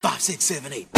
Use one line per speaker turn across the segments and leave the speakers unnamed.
Five, six, seven, eight.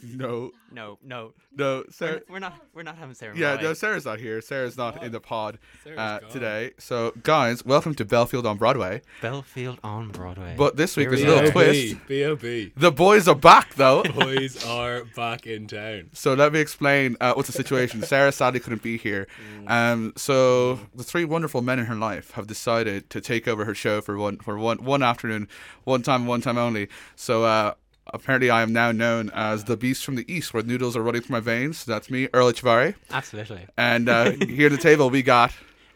No,
No, no,
no,
we're
Sarah.
not- we're not. We're not having Sarah.
Yeah,
Malloy.
no, Sarah's not here. Sarah's not in the pod
Sarah's
uh,
gone.
today. So, guys, welcome to Belfield on Broadway.
Belfield on Broadway.
But this week
Here
there's a
we
little
are.
twist.
B.O.B.
The boys are back, though.
Boys are back in town.
So let me explain uh, what's the situation. Sarah sadly couldn't be here. Um, so the three wonderful men in her life have decided to take over her show for one for one one afternoon, one time, one time only. So uh, apparently, I am now known as the Beast from the East, where noodles are running through my veins. So that's me, Earl Chavari.
absolutely.
And uh, here at the table we got,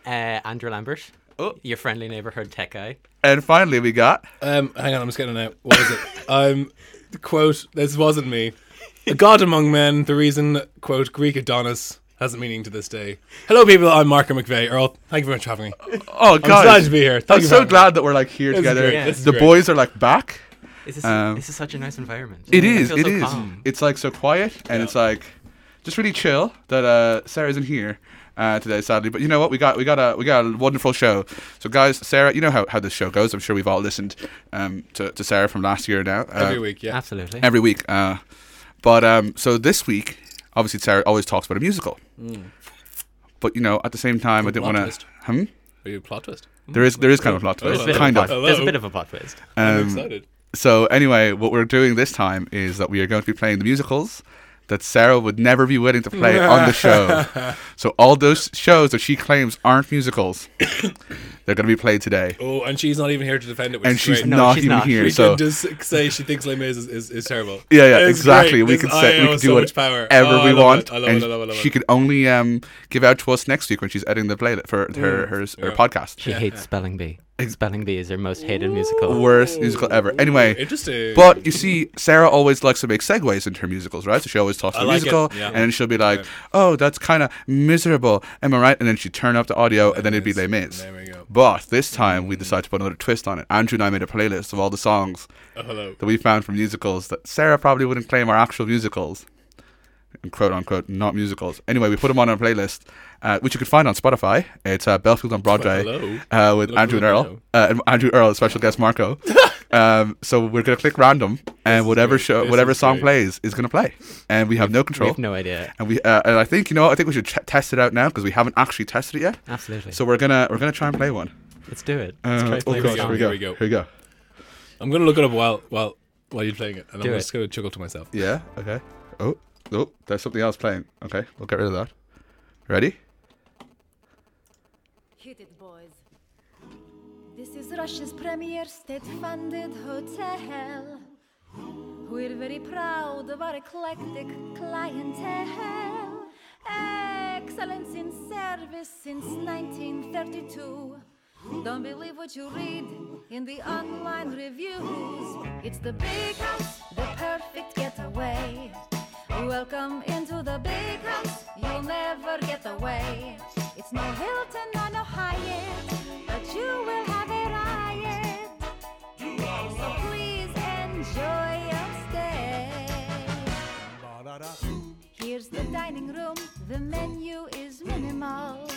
Uh, Andrew Lambert,
Oh.
your friendly neighborhood tech guy.
and finally we got.
Um, hang on, I'm just getting it out. What is it? um, quote, this wasn't me. A god among men, the reason, quote, Greek Adonis has a meaning to this day. Hello, people. I'm Marco McVeigh. Earl, thank you very much for having me.
Oh God!
glad to be here. Thank
I'm
you
so
very
glad that we're like here
This is
together.
great. This is
The
great.
boys are like back.
This is
Um,
this is such a nice environment.
It
I
is.
feel
It
so
is.
calm.
It's like so quiet, and it's like just really chill that uh, Sarah isn't here uh, today, sadly. But you know what? We got we got a we got a wonderful show. So guys, Sarah, you know how, how this show goes. I'm sure we've all listened um, to to Sarah from last year now. Uh,
Every week, yeah.
Absolutely.
Every week. Uh, but um, so this week, obviously, Sarah always talks about a musical. But you know, at the same time, I didn't
Mm. plot
want
twist.
to. Hmm?
Are Oh, you a plot twist?
There is there is kind of a plot
There's
twist,
a bit of
kind
But
of.
Hello.
There's a bit of a plot twist.
I'm
Um,
excited.
so anyway, what we're doing this time is that we are going to be playing the musicals that Sarah would never be willing to play on the show. So all those shows that she claims aren't musicals, they're going to be played today.
Oh, and she's not even here to defend it, which
And
is
she's
great.
No,
not
she's
even
not.
here.
We
So
can just say she thinks Les Mis is, is, is terrible.
yeah, yeah,
It's
exactly.
great.
We
This-
can say
I
we
owe
can
so
do
much power.
whatever
Oh, I
we
love
want,
it. I love
and
it. I love it. I love
she
it.
can only um, give out to us next week when she's editing the playlist for her her, her
Yeah.
podcast.
She hates Spelling Bee. Spelling Bee is her most hated musical.
Worst musical ever. Anyway,
Interesting.
But you see, Sarah always likes to make segues into her musicals, right? So she always talks
I
about
like it,
musical,
yeah.
and then she'll be like, "Oh, that's kind of miserable," am I right? And then she would turn up the audio, and then it'd be Les Mis.
There we go. Mm.
But this time, we decided to put another twist on it. Andrew and I made a playlist of all the songs
Oh, hello.
that we found from musicals that Sarah probably wouldn't claim are actual musicals, and quote unquote not musicals. Anyway, we put them on our playlist, uh, which you can find on Spotify. It's uh, Belfield on Broadway
hello.
uh, with
Hello,
Andrew and
hello.
Earl. Uh, and Andrew Earl, special guest Marco. um, so we're gonna click random, and whatever
great.
show,
This
whatever
is
song
great.
plays is gonna play, and we have no
We
control.
have no idea.
and we uh, and I think you know what? I think we should ch- test it out now because we haven't actually tested it yet.
Absolutely.
So we're gonna we're gonna try and play one.
let's do it.
Uh,
Let's try
oh
to play
gosh,
this
go,
here
song.
we go.
here we go.
Here we go.
I'm gonna look it up while while while you're playing it, and
Do
I'm
it.
just gonna chuckle to myself.
Yeah. Okay. Oh, oh, there's something else playing. Okay, we'll get rid of that. Ready?
Hit it, boys. This is Russia's premier state funded hotel. We're very proud of our eclectic clientele. Excellence in service since 1932. Don't believe what you read in the online reviews. It's the big house, the perfect getaway. Welcome into the big house, you'll never get away. It's no Hilton or no Hyatt, but you will have a riot. So please enjoy your stay. Here's the dining room, the menu is minimal.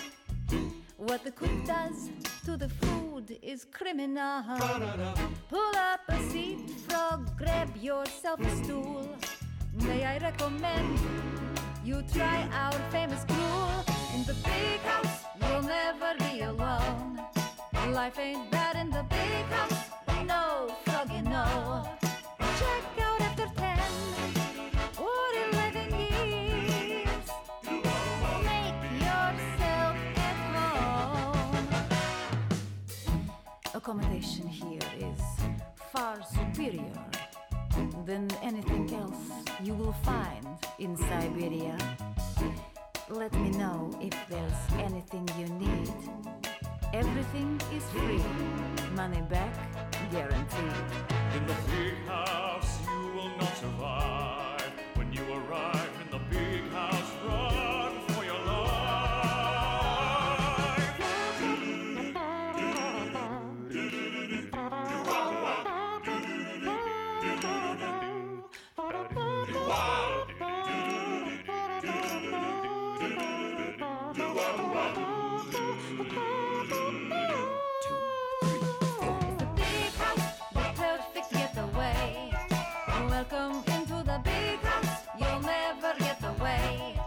What the cook does to the food is criminal. Pull up a seat, frog, grab yourself a stool. May I recommend you try our famous gruel? In the big house, you'll never be alone. Life ain't bad in the big house, no froggy no. Check out after ten, or eleven years. Make yourself at home. Accommodation here is far superior than anything else you will find in Siberia. Let me know if there's anything you need. Everything is free, money back guaranteed.
In the big house, you will not survive. When you arrive in the big house, run for your life.
The big house, the perfect getaway. Welcome into the big house, you'll never get away.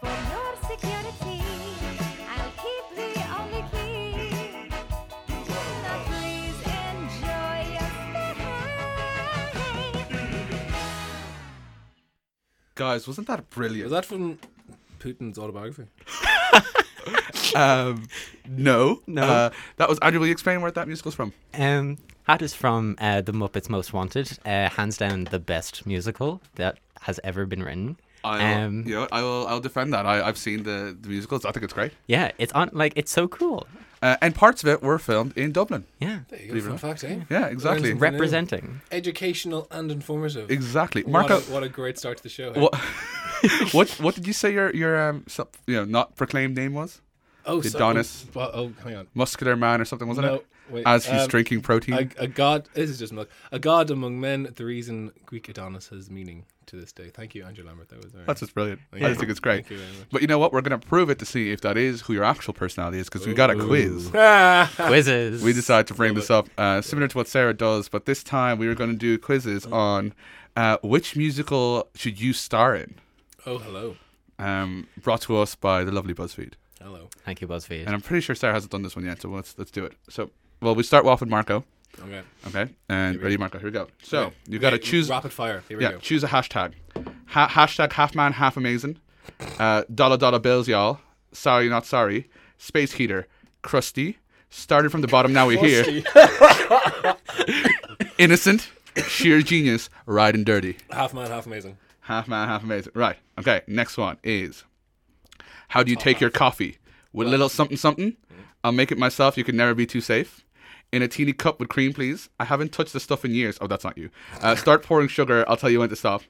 For your security, I'll keep the only key. Now please enjoy your stay.
Guys, wasn't that
Is
brilliant?
that from Putin's autobiography?
Um, no,
No.
Uh, that was Andrew. Will you explain where that musical's from?
Um, that is from uh, The Muppets Most Wanted. Uh, hands down, the best musical that has ever been written.
I
Um,
you know, I will. I'll defend that. I, I've seen the the musicals. I think it's great.
Yeah, it's on. Like, it's so cool.
Uh, and parts of it were filmed in Dublin.
Yeah,
There you go. Fun fact, eh?
Yeah, exactly.
Learn some-
representing.
Educational and informative.
Exactly,
What
Marco.
a, what a great start to the show. eh?
What? what? What did you say your your um sub, you know not proclaimed name was?
Oh,
Did
so-
Donis-
Oh, oh, hang on.
Muscular man or something, wasn't
No,
it?
wait,
As he's
um,
drinking protein.
A, a god. This is just milk. A god among men. The reason Greek Adonis has meaning to this day. Thank you, Andrew Lambert. That was very
That's just brilliant.
Thank
I
you.
just think it's great.
Thank you very much.
But you know what? We're going to prove it to see if that is who your actual personality is because we got a quiz.
Ah,
Quizzes.
We decided to bring this up uh, similar to what Sarah does, but this time we were going to do quizzes on uh, which musical should you star in?
oh, hello,
Um, brought to us by the lovely BuzzFeed.
hello.
Thank you, BuzzFeed.
And I'm pretty sure Sarah hasn't done this one yet, so let's, let's do it. So, well, we start off with Marco.
Okay.
Okay. And ready, Marco? Here we go. So,
Okay.
you got to
Okay,
choose.
Rapid fire. Here we
Yeah,
go.
choose a hashtag. Ha- hashtag half man, half amazing. Uh, dollar dollar bills, y'all. Sorry, not sorry. Space heater. Crusty. Started from the bottom, now we're here. Innocent. Sheer genius. Riding dirty.
half man, half amazing.
Half man, half amazing. Right. Okay. Next one is How do you take your coffee? With a little something something? I'll make it myself. You can never be too safe. In a teeny cup with cream, please. I haven't touched the stuff in years. Oh, that's not you. Uh, start pouring sugar. I'll tell you when to stop.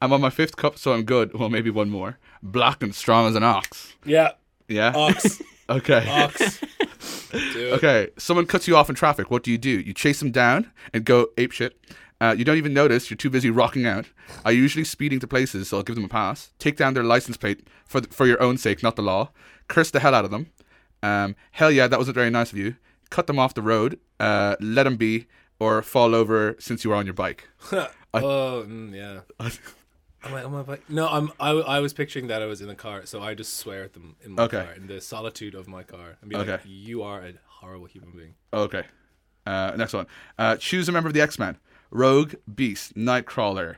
I'm on my fifth cup, so I'm good. Well, maybe one more. Black and strong as an ox.
Yeah.
Yeah.
Ox.
okay.
Ox. Do it.
Okay, someone cuts you off in traffic. What do you do? You chase them down and go ape shit. Uh, you don't even notice. You're too busy rocking out. I usually speeding to places, so I'll give them a pass. Take down their license plate for th- for your own sake, not the law. Curse the hell out of them. Um, hell yeah, that wasn't very nice of you. Cut them off the road. Uh, let them be, or fall over since you were on your bike.
oh, mm, yeah. Am I on my bike? No, I'm. I, w- I was picturing that I was in a car, so I just swear at them in my
Okay.
car, in the solitude of my car, and be like,
Okay.
"You are a horrible human being."
Okay. Uh, next one. Uh, choose a member of the X Men: Rogue, Beast, Nightcrawler,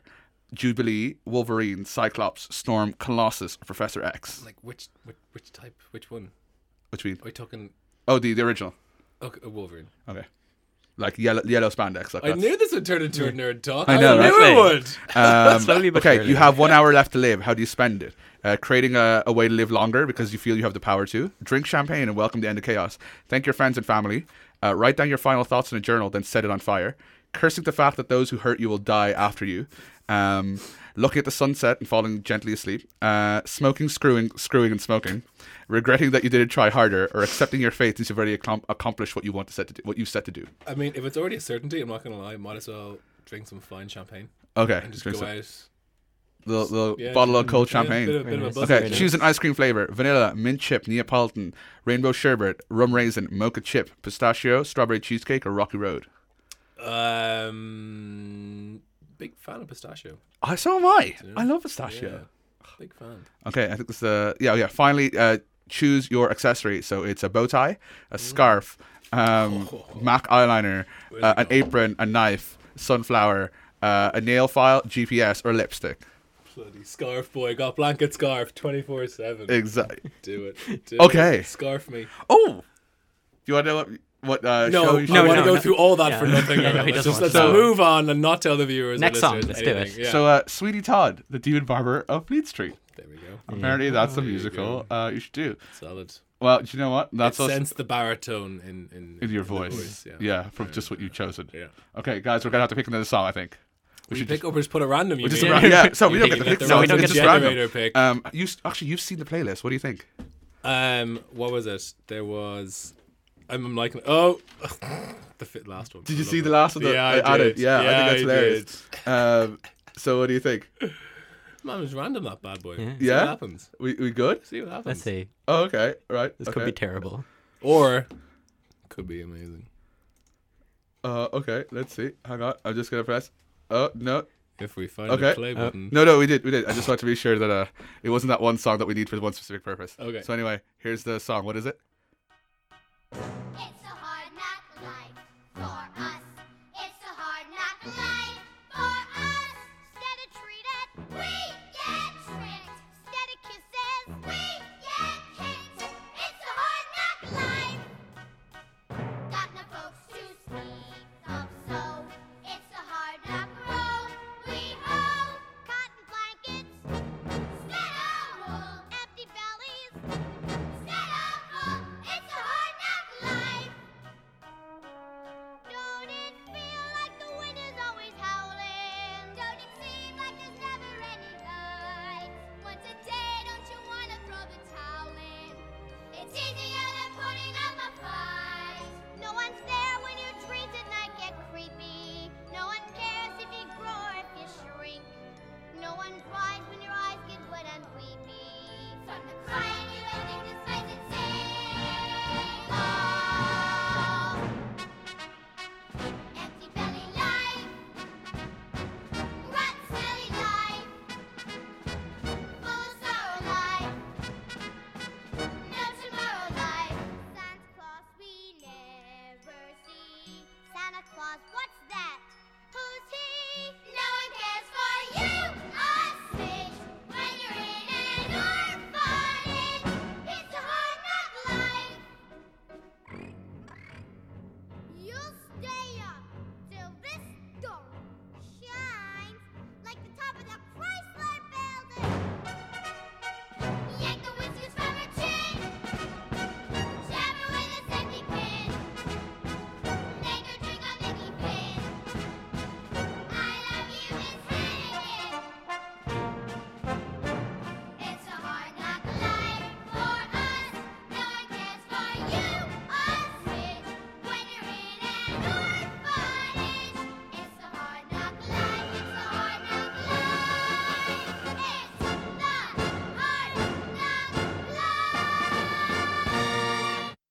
Jubilee, Wolverine, Cyclops, Storm, Colossus, Professor X.
Like, which, which, which type? Which one?
Which we
Are we talking?
oh the, the original.
Okay, a Wolverine.
Okay. Like yellow yellow spandex. Like
I
that's-
knew this would turn into a nerd talk.
I know,
I knew
right?
it would.
Um,
Slowly but
okay,
surely.
you have one hour left to live. How do you spend it? Uh, creating a, a way to live longer because you feel you have the power to. Drink champagne and welcome the end of chaos. Thank your friends and family. Uh, write down your final thoughts in a journal, then set it on fire. Cursing the fact that those who hurt you will die after you. Um, looking at the sunset and falling gently asleep. Uh, smoking, screwing, screwing, and smoking. Regretting that you didn't try harder, or accepting your fate since you've already accom- accomplished what you want to set to do, what you set to do.
I mean, if it's already a certainty, I'm not gonna lie. Might as well drink some fine champagne
Okay,
and just
drink
go
some-
out.
the, the
Yeah,
bottle of
just-
cold
yeah,
champagne.
Bit of, bit of a buzz
Okay,
right now.
choose an ice cream flavor: vanilla, mint chip, Neapolitan, rainbow sherbet, rum raisin, mocha chip, pistachio, strawberry cheesecake, or Rocky Road.
Um, big fan of pistachio.
I so am I. I love pistachio.
Yeah, big fan.
Okay, I think this is uh, yeah yeah. Finally, uh, choose your accessory. So it's a bow tie, a scarf, um, Mac eyeliner, uh, an apron, a knife, sunflower, uh, a nail file, GPS, or lipstick.
Bloody scarf boy got blanket scarf twenty four seven.
Exactly.
Do it. Do
Okay.
It. Scarf me.
Oh, you want to know what? What uh,
No,
show you should-
No,
I want to
no,
go
no.
through all that
Yeah.
for nothing.
Yeah, no, he
let's
doesn't
just,
want
to.
let's move on and not tell the viewers. or
Next song,
listeners
let's do
anything.
it.
Yeah.
So, uh, Sweetie Todd, the demon barber of Fleet Street.
there we go.
Apparently,
Oh,
that's a musical uh, you should do.
Solid.
Well, do you know what? That's us
Sense the baritone in in,
in your
the
voice. yeah.
yeah.
from just what you've chosen.
Yeah.
Okay, guys, we're gonna have to pick another song. I think.
We
should
pick or just put a random. You
Just
mean?
ra- yeah, so we
You
don't
pick-
get to pick.
the
songs,
random
it's just random.
generator pick.
Um, you s- actually you've seen the playlist. What do you think?
Um, what was it? There was. I'm, I'm like, oh, the fit last one.
Did you see the last one that
yeah,
I,
I
added?
did.
Yeah, I think that's
I
hilarious. Um, so what do you think?
managed random that bad boy.
Yeah.
See
Yeah?
what happens.
We we good?
See what happens.
Let's see.
Oh, okay. Right.
This
okay.
could be terrible.
Or could be amazing.
Uh, okay. Let's see. Hang on. I'm just gonna press. Oh no.
If we find
Okay.
the play
Uh,
button.
No, no, we did, we did. I just wanted to be sure that uh, it wasn't that one song that we need for one specific purpose.
Okay.
So anyway, here's the song. What is it?
It's a hard knock life for us. It's a hard knock life for us. Instead of treated, we get tricked. Instead of kisses, we get kicked. It's a hard knock life. Got no folks to speak of, so it's a hard knock road. We hoe cotton blankets instead of wool. Empty bellies instead of full. It's a hard knock life. Don't it feel like the wind is always howling? Don't it seem like there's never any light? Once a day, don't you wanna throw the towel in? It's easier than putting up a fight. No one's there when you're treated like a creepy. No one cares if you grow or if you shrink. No one cries when your eyes get wet and weepy. From the crying you will think this place and sing. Oh. Empty belly life. Rot smelly life. Full of sorrow life. No tomorrow life. Santa Claus we never see. Santa Claus, what's that? Who's he? No one cares for you or snitch. When you're in an orphanage, it's a hard knock life. You'll stay up till this dawn shines like the top of the Chrysler building. Yank the whiskers from her chin, jab her with a safety pin, make her drink a Mickey pin. I love you, Miss Hannigan. It's a hard knock life for us. No one cares for you or snitch. When you're in an orphanage, it's a hard knock life. It's a hard knock life. It's the hard knock life.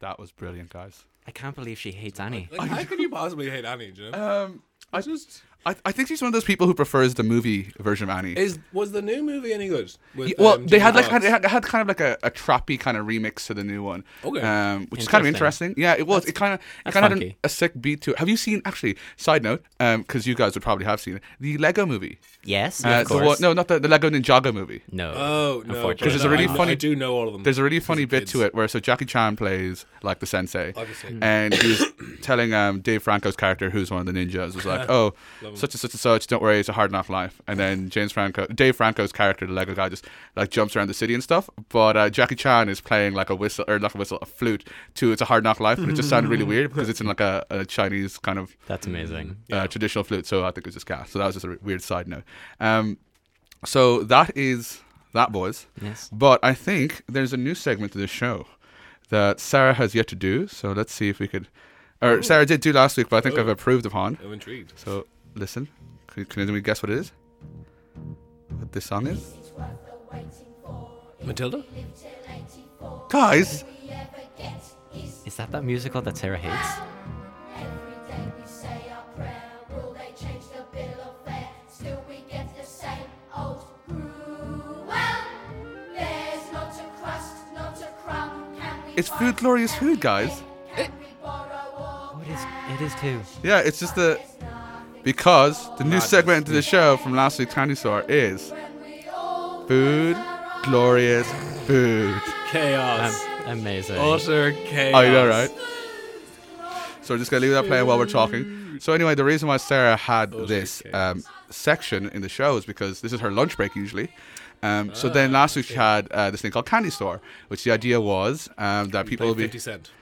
That was brilliant, guys.
I can't believe she hates Annie.
Like, how could you possibly hate Annie, do you know?
Um,
I just
I, I think she's one of those people who prefers the movie version of Annie.
is was the new movie any good? With,
Yeah, well,
um,
they had
Jamie
like
Foxx?
had, had, had kind of like a, a trappy kind of remix to the new one,
Okay.
um, which is kind of
Interesting.
interesting. Yeah, it was. it kind of it
that's
kind of had an-
funky.
a sick beat to it. Have you seen actually? Side note, because you guys would probably have seen it, the Lego movie.
Yes,
Uh,
of
the
course.
one, no, not the, the Lego Ninjago movie.
no.
Oh no,
Unfortunately.
but
There's
no,
a really
I kn-
funny-
I do know all of them.
There's a really funny
Because of
bit to
kids.
it where so Jackie Chan plays like the sensei,
Obviously.
and he was telling um, Dave Franco's character, who's one of the ninjas, was like, "Oh, such and such and such, don't worry, it's a hard enough life." And then James Franco, Dave Franco's character, the Lego guy, just like jumps around the city and stuff. But uh, Jackie Chan is playing like a whistle or not a whistle, a flute to "It's a Hard Knock Life," but it just sounded really weird because it's in like a, a Chinese kind of
That's amazing.
uh, traditional flute. So I think it was just cast. So that was just a re- weird side note. Um, so that is that, boys.
Yes.
But I think there's a new segment to this show that Sarah has yet to do. So let's see if we could. Or Sarah did do last week, but I think I've approved upon.
I'm intrigued.
So listen. Can, can anyone guess what it is? What this song is?
Matilda.
Guys,
Is that that musical that Sarah hates?
Every day we say our prayer. Will they change the bill of fare? Still we get the same old gruel. There's not a crust, not a crumb. Can we
it's
find
Food Glorious Food, guys.
Can we borrow or
Oh, it is. It is too.
Yeah, it's just the. Because the new segment to the show from last week's Candy Store is Food, Glorious Food.
Chaos.
Am- amazing.
Utter chaos.
I Um, Oh, know, right? So we're just gonna leave that playing while we're talking. So anyway, the reason why Sarah had this um, section in the show is because this is her lunch break usually. Um, so then last week she had uh, this thing called Candy Store, which the idea was um, that people
Play
will be
Fifty Cent.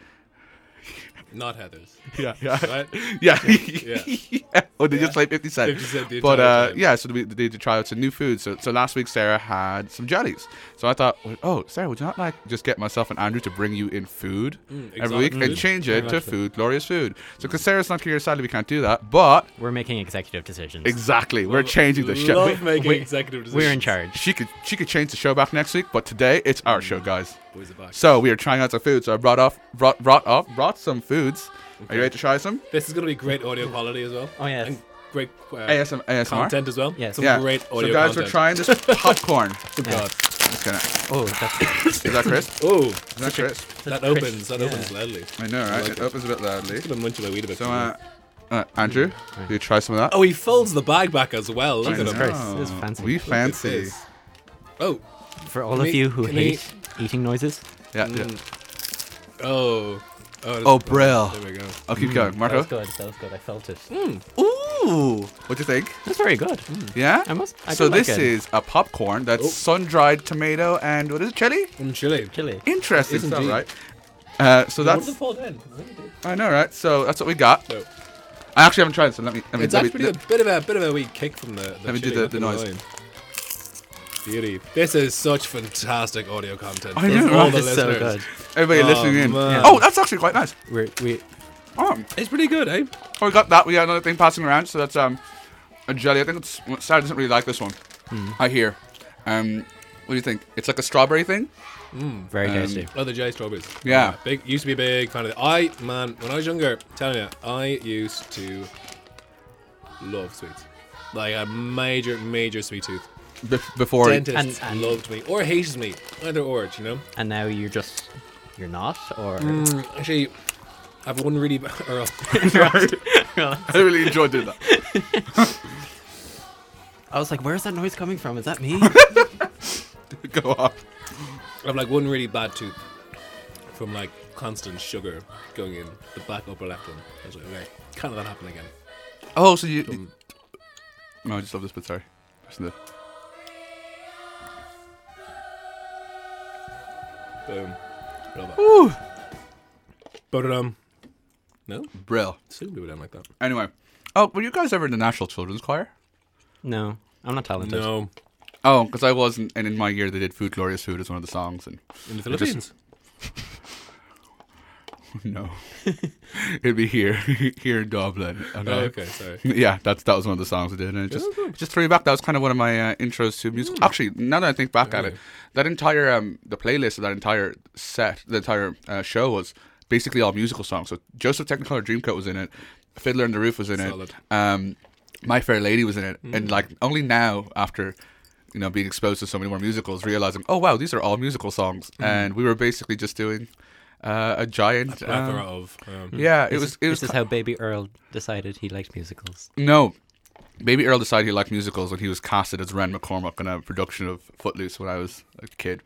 Not Heather's.
yeah, yeah.
Right?
Yeah.
Yeah.
yeah. Or they just like 50 cents.
50 cent the
but
entire
uh,
time.
yeah, so we they did try out some new food. So, so last week, Sarah had some jellies. So I thought, well, oh, Sarah, would you not like just get myself and Andrew to bring you in food every
exotic
week and
food.
change
Mm, Very
it to
much so.
food, glorious food? So because Sarah's not here, sadly, we can't do that. But
We're making executive decisions.
exactly, we're changing the show.
Love making executive decisions.
We're in charge.
She could she could change the show back next week, but today it's our show, guys.
Boys are back.
So we are trying out some food. So I brought off brought brought up brought some foods. Are you ready to try some?
This is going to be great audio quality as well.
Oh, yes.
And great uh,
ASM, ASMR.
content as well.
Yes.
Some
Yeah.
great audio
so guys,
content.
we're trying this popcorn.
Oh, God.
It's gonna-
Oh, that's
is that crisp?
Oh,
Is that crisp?
that
crisp-
opens. That
yeah.
opens loudly.
I know, right?
like
it
it.
opens a bit loudly.
I'm munching my weed a bit.
So,
too.
uh, uh, Andrew, will you try some of that? Oh,
oh, he folds the bag back as well. Look at
Jesus
him.
Christ. this is fancy.
We
Look at
fancy.
this. Oh,
for all
Can
of
we-
you who
can we-
hate eating noises.
Yeah, yeah.
mm. oh, oh.
Oh,
that's-
Brill.
There we go.
I'll keep going.
That was
Marco?
good. That was good. I felt it.
Ooh! What do you think?
Mm, That's very good. Mm,
Yeah?
I must- I
so,
do like
this
it.
is a popcorn that's
Oh.
sun dried tomato and what is it, chili?
Mm, chili.
Chili.
Interesting
It is
stuff,
indeed.
right? Uh, so
What does
that's
it fold in?
I know right. So that's what we got.
No.
I actually haven't tried this. So let me let me
It's
let me-
actually a bit of a bit of a wee kick from the. the
Let me do
chili.
the-
Look
the
at
noise.
line. Beauty. This is such fantastic audio content.
I
for
know,
all
right?
the
It's so
listeners.
good.
everybody
Oh,
listening in.
man.
Oh, that's actually quite nice.
We're, we
Oh,
It's pretty good, eh?
Oh, we got that. We got another thing passing around. So that's um, a jelly. I think it's Sarah doesn't really like this one. I hear. Um, what do you think? It's like a strawberry thing.
very tasty.
Oh, the J strawberries. Uh,
Yeah.
Big used to be a big fan of the I man, when I was younger, telling you, I used to love sweets. Like a major, major sweet tooth.
Be- before it-
Dentists
And- and-
loved me. Or hated me. Either or, do you know?
And now you're just you're not or
Mm, actually I've one really b- or
I really enjoyed doing that.
I was like, where's that noise coming from? Is that me?
Go on.
I've like one really bad tooth from like constant sugar going in the back upper left one. I was like, okay, can't let that happen again.
Oh, so you? you- No, I just love this bit. Sorry. Listen to.
Boom. Woo! But um No?
Brill.
Soon we were down like that.
Anyway. Oh, were you guys ever in the National Children's Choir?
no, I'm not talented.
No.
Oh, because I wasn't, and in my year they did "Food Glorious Food" as one of the songs, and
In the Philippines.
no, it'd be here, here in Dublin.
Oh, okay, sorry.
Yeah, that's that was one of the songs I did, and it just it just threw me back. That was kind of one of my uh, intros to music. Actually, now that I think back at it, that entire um the playlist of that entire set, the entire uh, show was basically all musical songs. So Joseph Technicolor Dreamcoat was in it, Fiddler on the Roof was in
Solid.
it, um, My Fair Lady was in it, and like only now after. You know, being exposed to so many more musicals, realizing, oh wow, these are all musical songs, and we were basically just doing uh, a giant.
Plethora
um,
of. Um,
yeah, it was. It was
this is how Baby Earl decided he liked musicals.
no. Baby Earl decided he liked musicals when he was casted as Ren McCormack in a production of Footloose when I was a kid.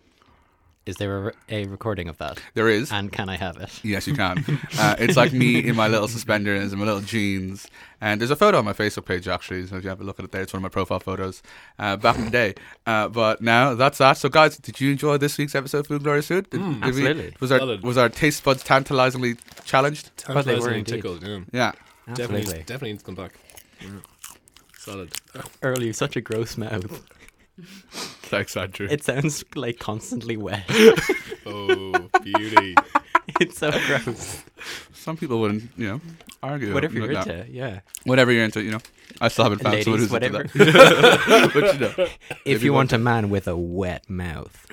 Is there a, re- a recording of that?
There is.
And can I have it?
yes, you can. uh, it's like me in my little suspenders and my little jeans. And there's a photo on my Facebook page, actually. So if you have a look at it there, it's one of my profile photos uh, back in the day. Uh, but now that's that. So, guys, did you enjoy this week's episode of Food Glorious Food? Did, did we-
Hmm, Absolutely.
was, our,
Solid.
was our taste buds tantalizingly challenged?
But they were
tantalizingly
indeed.
tickled. Yeah.
Yeah.
Definitely,
Absolutely.
definitely needs to come back. Yeah. Solid.
Earl, you've such a gross mouth.
Thanks, Andrew.
It sounds like constantly wet.
Oh, beauty.
it's so gross.
Some people wouldn't, you know, argue.
Whatever you're
with that.
into, yeah.
whatever you're into, you know. I still haven't found someone
Ladies,
who's
whatever.
into that. but you know,
If you want a man with a wet mouth,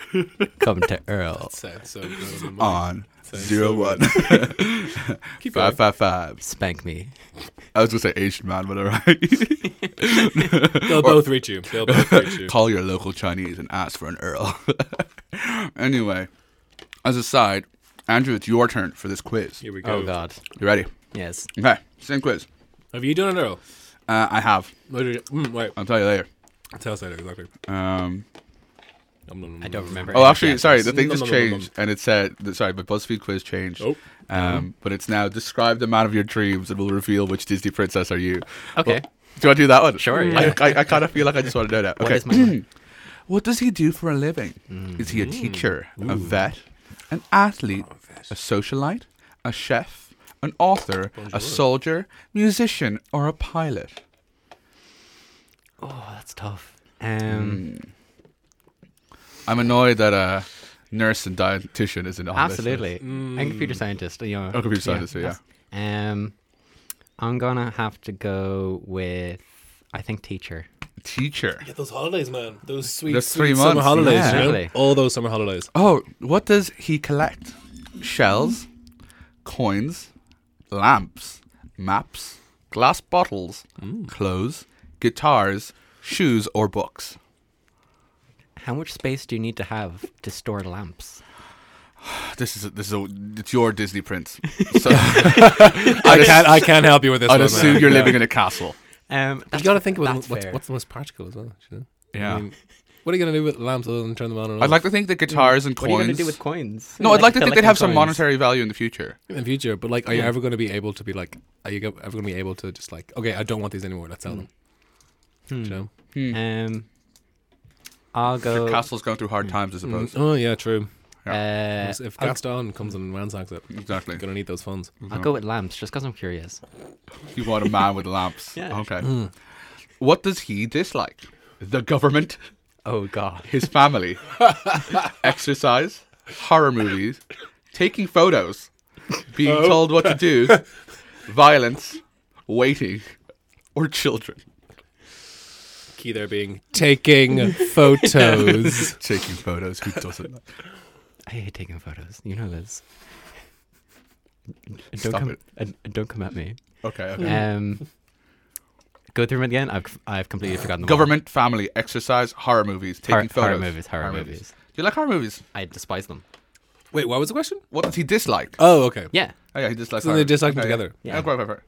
come to Earl.
Sounds so good on the mic.
on zero
so
one
Keep going.
five five five.
Spank me.
I was gonna say Asian man, but alright.
They'll both reach you. They'll both reach you.
Call your local Chinese and ask for an earl. anyway, as a side, Andrew, it's your turn for this quiz.
Here
You
we go.
Oh God.
ready?
Yes.
Okay, same quiz.
Have you done it, Earl?
Uh, I have.
No, no, no. Mm, wait.
I'll tell you later.
Tell us later, exactly.
Um,
Nom, nom, nom,
I don't remember.
oh,
any
actually,
chances.
sorry, the thing
No,
just
no, no, no, no.
changed, and it said, sorry, my BuzzFeed quiz changed.
Oh.
Mm-hmm.
Um, but it's now describe the man of your dreams and we'll reveal which Disney princess are you. Well, do
Okay.
you want to do that one?
Sure,
I-
yeah.
I, I, kind of feel like I just want to know that. Okay.
What is my Mm-hmm.
What does he do for a living? Is
Oh,
he a teacher, a vet, an athlete, a socialite, a chef, an author, a soldier, musician, or a pilot?
Oh, that's tough.
Hmm.
Um,
I'm annoyed that uh, nurse and dietitian isn't on this list.
absolutely. And computer scientist. You know,
Oh, computer scientist, yeah.
that's- Um, I'm gonna have to go with I think teacher.
Teacher.
Get those holidays, man. Those sweet,
Those
sweet
three
summer
months,
holidays.
yeah.
You know?
Really?
All those summer holidays.
Oh, what does he collect? Shells, coins, lamps, maps, glass bottles, clothes, guitars, shoes, or books.
How much space do you need to have to store lamps?
This is a, this is a, it's your Disney prince. So
I can't. I can't help you with this.
I'd
one,
assume
man.
you're
Yeah.
living in a castle.
Um,
You
that's-
got to think about
that's
what's,
fair.
what's the most practical as well. You know?
Yeah.
I mean, what are you gonna do with lamps other than turn them on and off?
I'd like to think that guitars and
what
coins.
are you gonna do with coins?
no, I'd like to think they'd
collecting
have some
coins.
monetary value in the future.
in the future, but like, are you ever going to be able to be like, are you go- ever going to be able to just like, okay, I don't want these anymore. Let's sell
Hmm.
them. Do You know?
Um, I'll go.
Your castle's going through hard times, I suppose.
Oh yeah, true.
Uh,
if
I'll,
Gaston comes and ransacks it, you're
Exactly.
going to need those funds.
I'll go with lamps just because I'm curious.
You want a man with lamps.
Yeah.
Okay. What does he dislike? The government,
Oh God.
his family, exercise, horror movies, taking photos, being told what to do, violence, waiting, or children.
Key there being taking photos.
Taking photos, who doesn't?
I hate taking photos. You know this. And Don't
Stop
come.
it.
and- and don't come at me.
Okay, okay.
Um, go through them again. I've I've completely forgotten. Them all.
Government, family, exercise, horror movies, taking
Horror-
photos.
horror movies, horror movies.
Do you like horror movies?
I despise them.
Wait, what was the question?
What does he dislike?
Oh, okay.
Yeah.
Oh, yeah, he dislikes.
So they
Ireland.
dislike them
Okay, yeah.
together.
Yeah, Oh,
Yeah.
quite, quite, quite.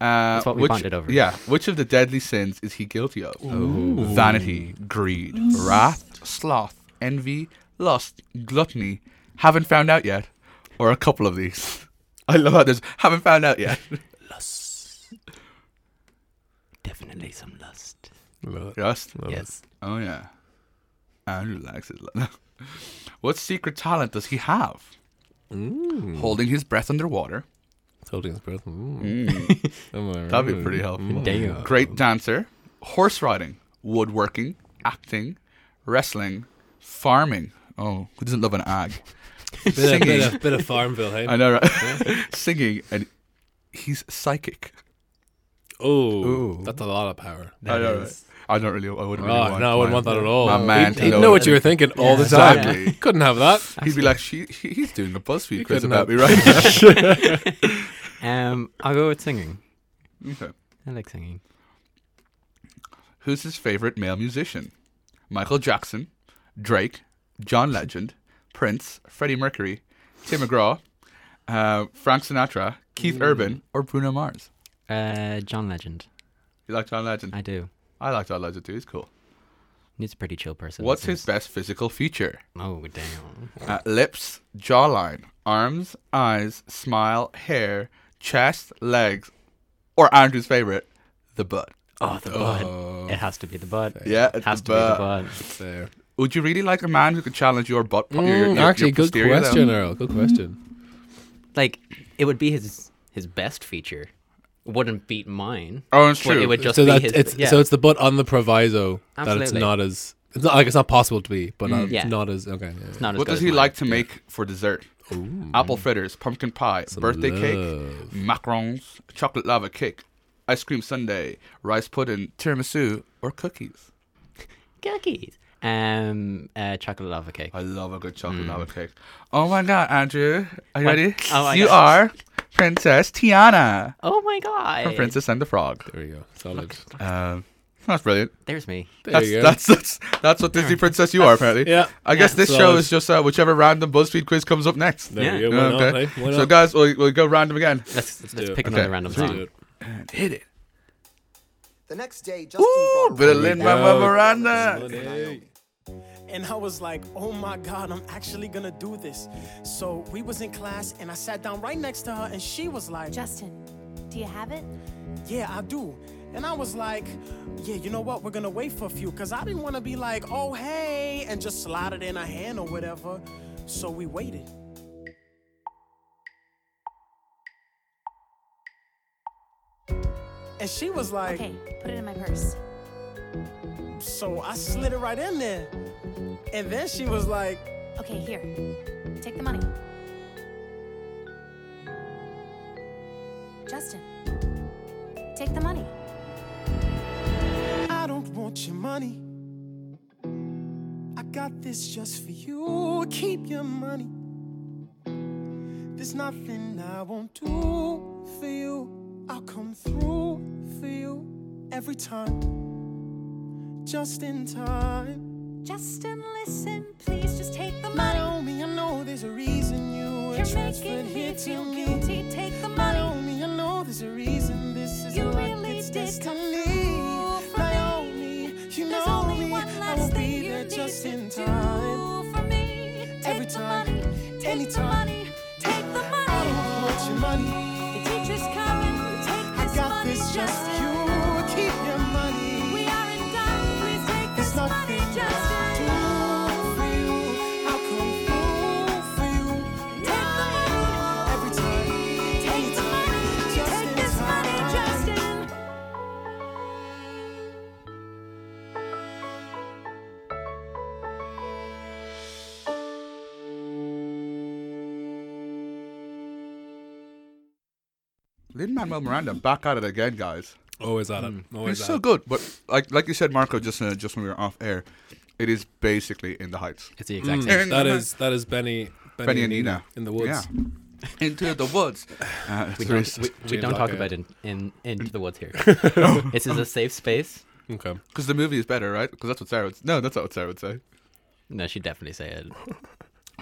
Uh,
That's what we
which,
bonded over.
Yeah. Which of the deadly sins is he guilty of? Vanity, greed, wrath, sloth, envy, lust, gluttony. Haven't found out yet, or a couple of these. I love how there's haven't found out yet.
Definitely some lust.
Just
Yes.
oh yeah. Andrew likes it. what secret talent does he have? Holding his breath underwater.
Holding his breath. Mm. Am I
That'd be
right?
pretty helpful.
Damn.
Great dancer, horse riding, woodworking, acting, wrestling, farming. Oh, who doesn't love an ag?
Bit of, bit,
singing.
of, bit of Farmville, hey?
I know, right? singing, and he's psychic.
Oh, that's a lot of power.
I know, right? I don't really. I wouldn't really
Oh,
want.
no, I wouldn't want that at all.
My man
he'd,
to
he'd
know
know what
it.
you were thinking all the
Yeah.
time.
Exactly.
Couldn't have that.
He'd be like, she, he, he's doing a BuzzFeed quiz
couldn't
about me, right?
Um, I'll go with singing.
Okay.
I like singing.
Who's his favorite male musician? Michael Jackson, Drake, John Legend, Prince, Freddie Mercury, Tim McGraw, uh, Frank Sinatra, Keith Urban, or Bruno Mars?
Uh, John Legend.
You like John Legend?
I
I,
do.
like John Legend too. He's cool.
He's a pretty chill person. it
What's his
seems.
best physical feature?
Oh damn.
Uh, lips, jawline, arms, eyes, smile, hair, chest, legs, or Andrew's favorite, the butt.
Oh, the butt. it has to be the butt.
Yeah,
It
it's
has
the
to be the
butt.
butt.
There.
Would you really like a man who could challenge your butt?
Mm,
your- your- your-
Mm, Actually,
your
good
posterior, though?
question, Earl. Good question.
Like, it would be his his best feature. Wouldn't beat mine.
Oh, it's
Would-
true.
It would just
So
be
that
his.
it's
yeah.
so it's the but on the proviso that it's
Absolutely. Mm,
not as it's not like it's not possible to be, but not,
Yeah.
not as okay. yeah.
It's not as
What
good
does
as
he
mine.
like to make for dessert? Apple fritters, pumpkin pie, birthday cake,
love.
macarons, chocolate lava cake, ice cream sundae, rice pudding, tiramisu, or cookies.
Cookies. Um, uh, chocolate lava cake.
I love a good chocolate lava
Mm.
cake. Oh my god, Andrew, are you ready?
Oh my
you
God.
are Princess Tiana
Oh my god.
from Princess and the Frog.
There you go. Solid.
Um, that's brilliant.
There's me.
Uh, There
That's,
you go.
that's that's that's what Disney princess you are apparently.
Yeah.
I guess this
So
show
it's-
is just uh, whichever random BuzzFeed quiz comes up next.
there
Yeah.
you go. Why not,
Okay.
hey? Why
So
not?
guys, we'll, we'll go random again.
Let's let's,
do it.
pick
Okay,
another random
Let's
song.
do it.
And hit it.
The next day, Justin
Ooh,
brought
bit
a
of Lin
go.
Manuel Miranda.
And I was like, oh my God, I'm actually gonna do this. So we was in class and I sat down right next to her and she was like,
Justin, do you have it?
yeah, I do. And I was like, yeah, you know what? We're gonna wait for a few because I didn't wanna be like, oh hey, and just slide it in her hand or whatever. So we waited. And she was like,
Okay, put it in my purse.
So I slid it right in there. And then she was like,
Okay, here. Take the money. Justin, take the money.
I don't want your money. I got this just for you. Keep your money. There's nothing I won't do for you. I'll come through for you every time. Just in time.
Justin, listen, please just take the
money. Naomi, I know there's a reason you were
You're
transferred
making me
here to
feel
me.
guilty. Take the money.
Naomi, I know there's a reason this is
You
what
really
it's
did
destiny. Naomi, you
There's
know
only
me.
one
I
last
will
thing
be
you
there
need
just
to
in
do
time.
for me.
Every
Take the
time,
money. Take
anytime.
the money. Take the money.
I don't want your money.
The teacher's coming. Take
I
this
got
money,
this just for
Justin.
you. Keep your money.
We are in doubt. Please
There's
take this money,
nothing
Justin.
I do for you. I'll come through for you.
Take the money.
Every time,
Take the
anytime,
money.
just
Take
in
this money,
time.
Justin.
Lin Manuel Miranda back at it again, guys.
Always at it.
Mm.
Always
He's
at
so
it.
good, but like like you said, Marco, just uh, just when we were off air, it is basically in the heights.
It's the exact
Mm,
same.
And-
that is that is Benny Benny,
Benny and Nina
in the woods.
Yeah. Into the woods. Uh,
We
so
don't,
it's-
we, we
James
don't talk
Lockyer.
about it in, in Into the Woods here. this is a safe space.
Okay.
Because the movie is better, right? Because that's what Sarah would. No, that's not what Sarah would say.
No, she'd definitely say it.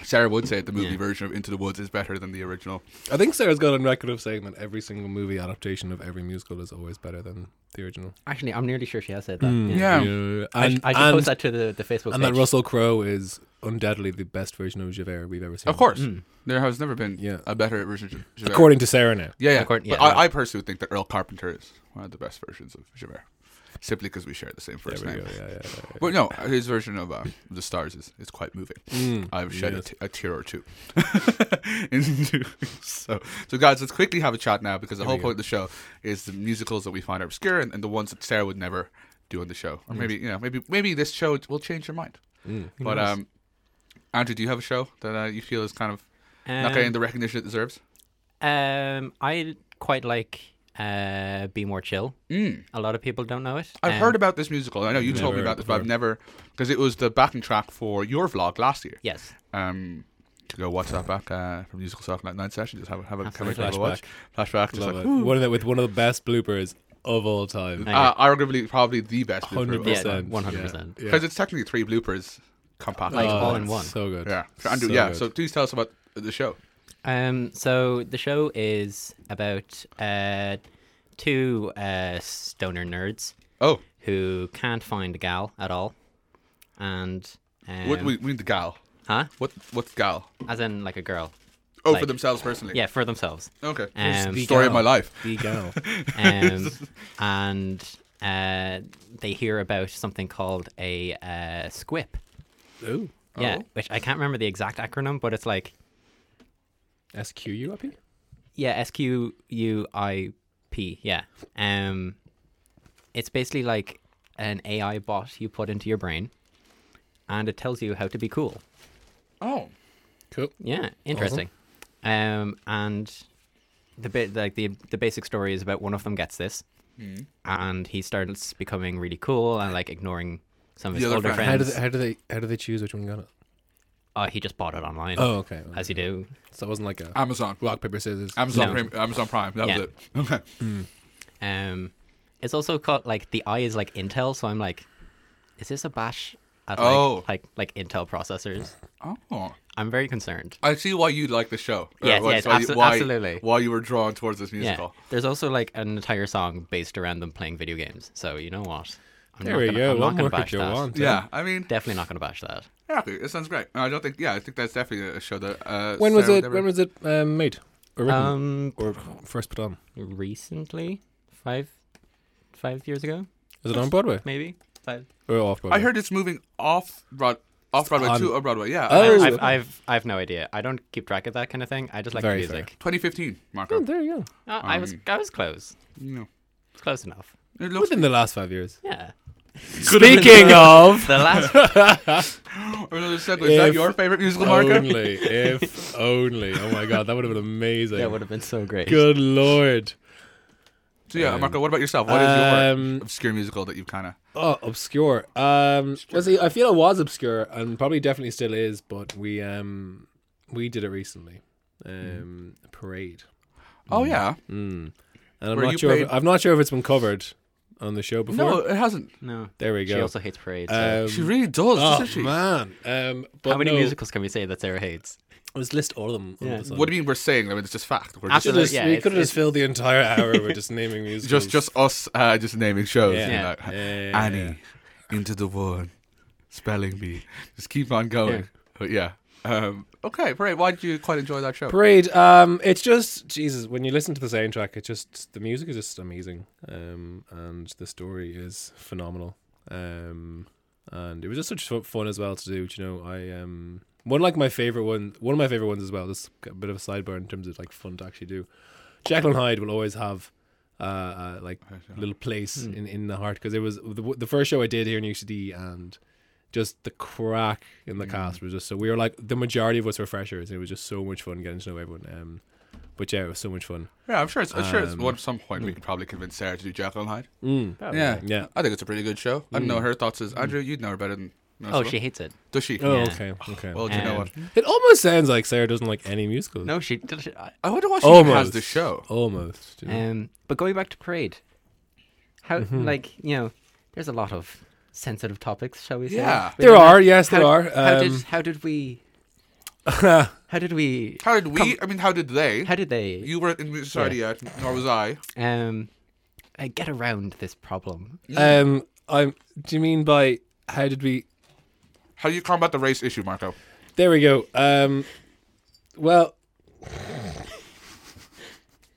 Sarah would say the movie
Yeah.
version of Into the Woods is better than the original.
I think Sarah's got on record of saying that every single movie adaptation of every musical is always better than the original.
Actually, I'm nearly sure she has said that.
Yeah.
yeah.
Yeah.
Oh. I,
And,
I should
and,
post that to the, the Facebook
Mm. and
page.
that Russell Crowe is undoubtedly the best version of Javert we've ever seen.
Of course, there has never been
Yeah.
a better version. Mm. Of
According to Sarah now.
yeah, yeah.
According-
but
yeah,
I,
right.
I personally think that Earl Carpenter is one of the best versions of Javert, simply because we share the same first
There we
name.
go. Yeah, yeah, yeah.
But no, his version of uh, the stars is, is quite moving. I've shed a
Mm, yes.
t- a tear or two. Into- so, so guys, let's quickly have a chat now because the whole point of the show is the musicals that we find are obscure and, and the ones that Sarah would never do on the show, or maybe you know, maybe maybe this show will change your mind.
Mm,
But um, Andrew, do you have a show that uh, you feel is kind of not
Um,
getting the recognition it deserves?
Um, I quite like uh, Be More Chill. Mm. A lot of people don't know it.
I've
Um,
heard about this musical. I know you told me
Never
about this, but I've
before.
never because it was the backing track for your vlog last year.
Yes.
um, to go watch that back uh, from Musical Soft Night Nine session. Just have a, have a, have a,
Absolutely.
have a watch. Flashback. Just
Love
like,
it. One of the, with one of the best bloopers of all time.
I-
uh, arguably probably the best blooper.
100%.
Because
Yeah, 100%.
Yeah. Yeah.
it's technically three bloopers compacted.
Like,
Oh,
all in
it's
one.
So good.
yeah. So Andrew,
So
yeah.
good.
So please tell us about the show.
Um, so the show is about uh, two uh, stoner nerds
Oh,
who can't find a gal at all, and um,
what we, we need the gal.
huh?
What what's gal?
As in like a girl.
Oh, for
Like-
themselves personally.
Yeah, for themselves.
Okay.
Um,
Story of my life.
The gal.
um, and uh, they hear about something called a uh, squip.
Ooh. Oh,
Yeah, which I can't remember the exact acronym, but it's like
SQUIP?
yeah, S Q U I P. Yeah. Um, it's basically like an AI bot you put into your brain, and it tells you how to be cool.
Oh.
Cool.
Yeah, interesting. Um, and the bit like the the basic story is about one of them gets this,
Hmm.
and he starts becoming really cool and like ignoring some
The
of his
other
older
friend.
friends.
How do, they, how do they how do they choose which one got it?
Oh, he just bought it online.
Oh, okay.
as you do.
So it wasn't like a
Amazon.
rock paper scissors.
Amazon
No.
Prime. Amazon Prime. That
Yeah.
was it. Okay.
Um, it's also called like the eye is like Intel, so I'm like, is this a bash at like,
Oh.
like like Intel processors?
Oh.
I'm very concerned.
I see why you like the show. Or
Yes,
why-
yes,
why you-
abso-
why-
absolutely.
Why you were drawn towards this
Yeah,
musical.
there's also like an entire song based around them playing video games. So you know what? I'm
There
not
we
gonna,
go.
I'm
One
not gonna
more
bash
picture.
that.
One. two.
Yeah, I mean,
Definitely not gonna bash that.
yeah, okay, it sounds great. No, I don't think. Yeah, I think that's definitely a show that. Uh,
When was
Sarah
it?
would never-
When was it um, made or written
Um,
or first put on?
recently, five, five years ago,
Is it on Broadway
maybe. Five.
or off Broadway?
I heard it's moving off Broad, off Broadway
on-
to a Broadway. Yeah,
Oh.
I- I-
I've, I've, I've no idea. I don't keep track of that kind of thing. I just like
Very
the music.
2015, Marco.
Um,
Oh, there you go.
Uh, I was, I was close.
No.
It's close enough.
It looks
Within the last five years.
Yeah.
Speaking of.
The last
Another segue. Is that
If
your favorite musical marker?
Only if only. Oh my god, that would have been amazing.
that would have been so great.
Good lord.
So yeah, Marco, what about yourself? What is your
Um,
obscure musical that you've kind of?
Oh, obscure. Um, well, see, I feel it was obscure, and probably definitely still is. But we um, we did it recently.
Mm-hmm.
Um, a parade,
Oh yeah.
and I'm
Where you
not sure. If,
played-
I'm not sure if it's been covered on the show before.
No, it hasn't.
No.
there we
She
go.
also hates parades. so-
Um,
She really does,
oh
doesn't she?
man. Um, but
How many
no,
musicals can we say that Sarah hates?
Let's list all of them. all
Yeah.
of a sudden.
What do you mean we're saying? I mean, it's just fact. We're just,
Absolutely.
Just-
Yeah,
we
it's-
could have
it's-
just filled the entire hour with just naming musicals.
just just us uh, just naming shows.
Yeah.
you know,
Yeah.
like,
Yeah.
Annie, Into the Wood, Spelling Bee. Just keep on going. But yeah. Um, okay, great. Why did you quite enjoy that show?
Parade. Um, it's just Jesus. When you listen to the soundtrack, it just the music is just amazing. Um, and the story is phenomenal. Um, and it was just such fu- fun as well to do. do You know, I um one like my favorite one. One of my favorite ones as well. This is a bit of a sidebar in terms of like fun to actually do. Jekyll and Hyde will always have. Uh, uh, like little place in, in the heart because it was the, the first show I did here in UCD and just the crack in the cast was just so we were like the majority of us were freshers. It was just so much fun getting to know everyone. Um, but yeah, it was so much fun.
Yeah, I'm sure it's, I'm sure it's well, at some point we could probably convince Sarah to do Jekyll and Hyde. Yeah.
Yeah.
I think it's a pretty good show. I know her thoughts is Andrew, you'd know her better than than us,
Oh,
well.
she hates it.
Does she?
Oh,
Yeah.
okay, okay.
Well, do you know
Um,
what?
it almost sounds like Sarah doesn't like any musicals.
No, she. did she- I-
I wonder why she even
almost
has the show.
Almost. you know.
Um, but going back to parade, how
Mm-hmm.
like you know, there's a lot of sensitive topics, shall we say?
Yeah.
within
there
that.
are, yes,
How,
there are.
how did
Um,
how did we? how did we?
How did we? I mean, how did they?
How did they?
you weren't in society yet, nor was I.
um, uh, get around this problem.
um, I'm. Do you mean by how did we?
How do you combat the race issue, Marco?
There we go. Um, well,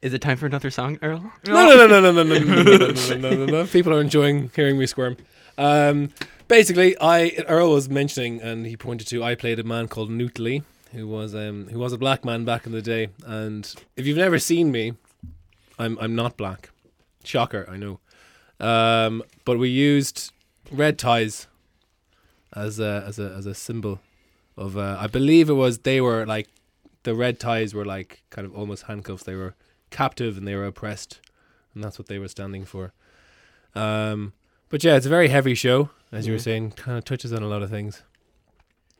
Is it time for another song, Earl?
No, no, no, no, no, no, no, no, no, no, no, no, no. People are enjoying hearing me squirm. Um, basically, I Earl was mentioning, and he pointed to I played a man called Newt Lee, who was um, who was a black man back in the day. And if you've never seen me, I'm I'm not black. Shocker, I know. Um, but we used red ties as a as a as a symbol of. Uh, I believe it was they were like the red ties were like kind of almost handcuffs. They were captive and they were oppressed and that's what they were standing for. Um, but yeah, it's a very heavy show, as you were saying. Kind of touches on a lot of things,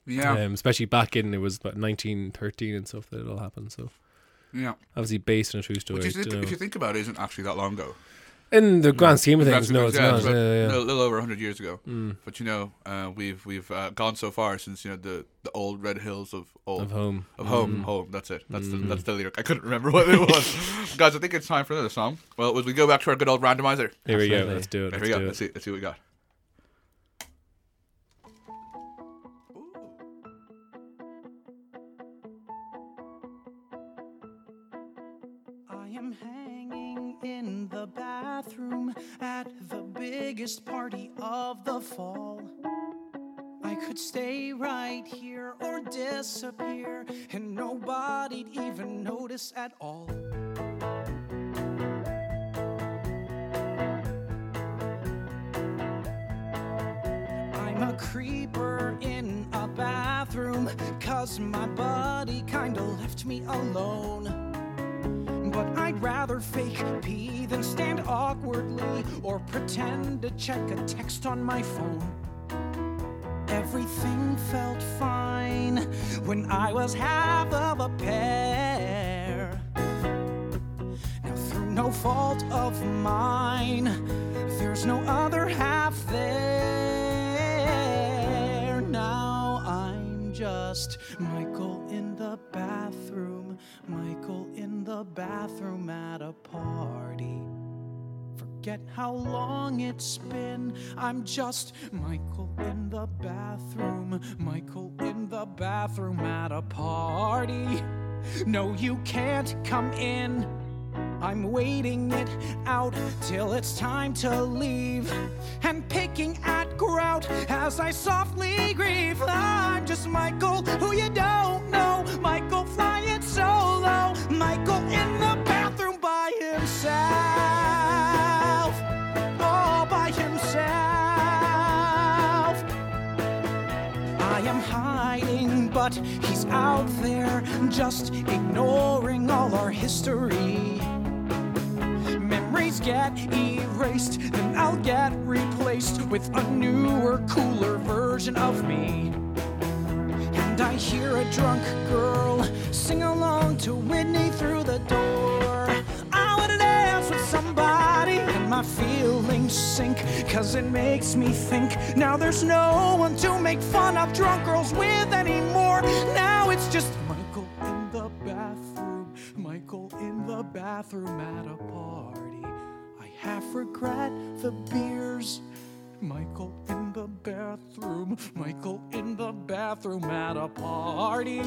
Yeah,
um, especially back in it was about 1913 and stuff that it all happened. So
yeah.
obviously based on a true story.
Which is,
you know.
if you think about it, isn't actually that long ago.
in the grand scheme of
Yeah,
things, no, it's
yeah,
not.
about
yeah, yeah.
A little over hundred years ago.
Hmm.
But you know, uh, we've we've uh, gone so far since you know the, the old red hills of old
Of home. Hmm.
of home home. That's it. That's the that's the lyric. I couldn't remember what it was, guys. I think it's time for another song. Well, would we go back to our good old randomizer?
Here we go.
Absolutely.
Let's do it.
There
Let's
we go.
do
Let's
it.
see. Let's see what we got.
I am hanging in the bathroom at the biggest party of the fall. I could stay right here or disappear, and nobody'd even notice at all. I'm a creeper in a bathroom, cause my buddy kinda left me alone. But I'd rather fake pee than stand awkwardly or pretend to check a text on my phone. Everything felt fine when I was half of a pair. Now, through no fault of mine, there's no other half there. Now I'm just Michael in the bathroom, Michael in the bathroom at a party. Forget how long it's been. I'm just Michael in the bathroom. Michael in the bathroom at a party. No, you can't come in. I'm waiting it out till it's time to leave and picking at grout as I softly grieve. I'm just Michael, who you don't know. Michael flying solo. Michael in the bathroom by himself. thought he's out there just ignoring all our history. Memories get erased, then I'll get replaced with a newer, cooler version of me. And I hear a drunk girl sing along to Whitney through the door. I wanna dance with somebody, and my feelings sink, cause it makes me think. Now there's no one to make fun of drunk girls with anymore. Now it's just Michael in the bathroom, Michael in the bathroom at a party. I half regret the beers. Michael in the bathroom, Michael in the bathroom at a party.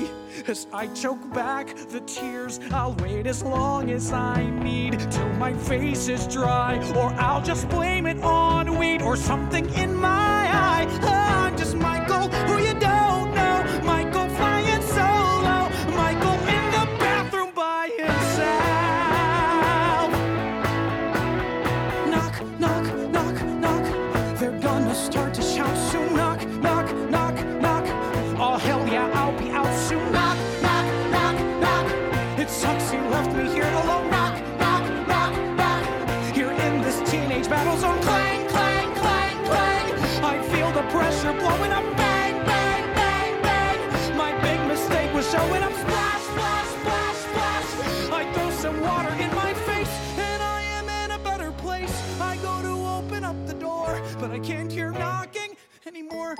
As I choke back the tears, I'll wait as long as I need till my face is dry, or I'll just blame it on weed or something in my eye. I'm just Michael, who you don't know, Michael flying solo, Michael in the bathroom by himself. Knock, knock, knock, knock. They're gonna start to shout soon. Knock, knock, knock, knock. Oh hell yeah, I'll be out soon. Knock, knock, knock, knock. It sucks he left me here alone. Knock, knock, knock, knock. Here in this teenage battle zone. Clang, clang, clang, clang. I feel the pressure blowing up. Bang, bang, bang, bang. My big mistake was showing up. Splash, splash, splash, splash. I throw some water in my face, and I am in a better place. I go to open up the door, but I can't hear knocking anymore.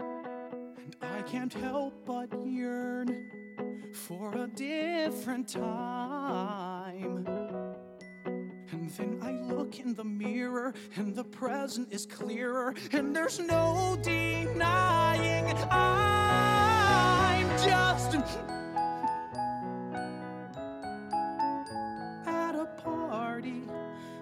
And I can't help but yearn for a different time. And then I look in the mirror, and the present is clearer, and there's no denying I'm just at a party.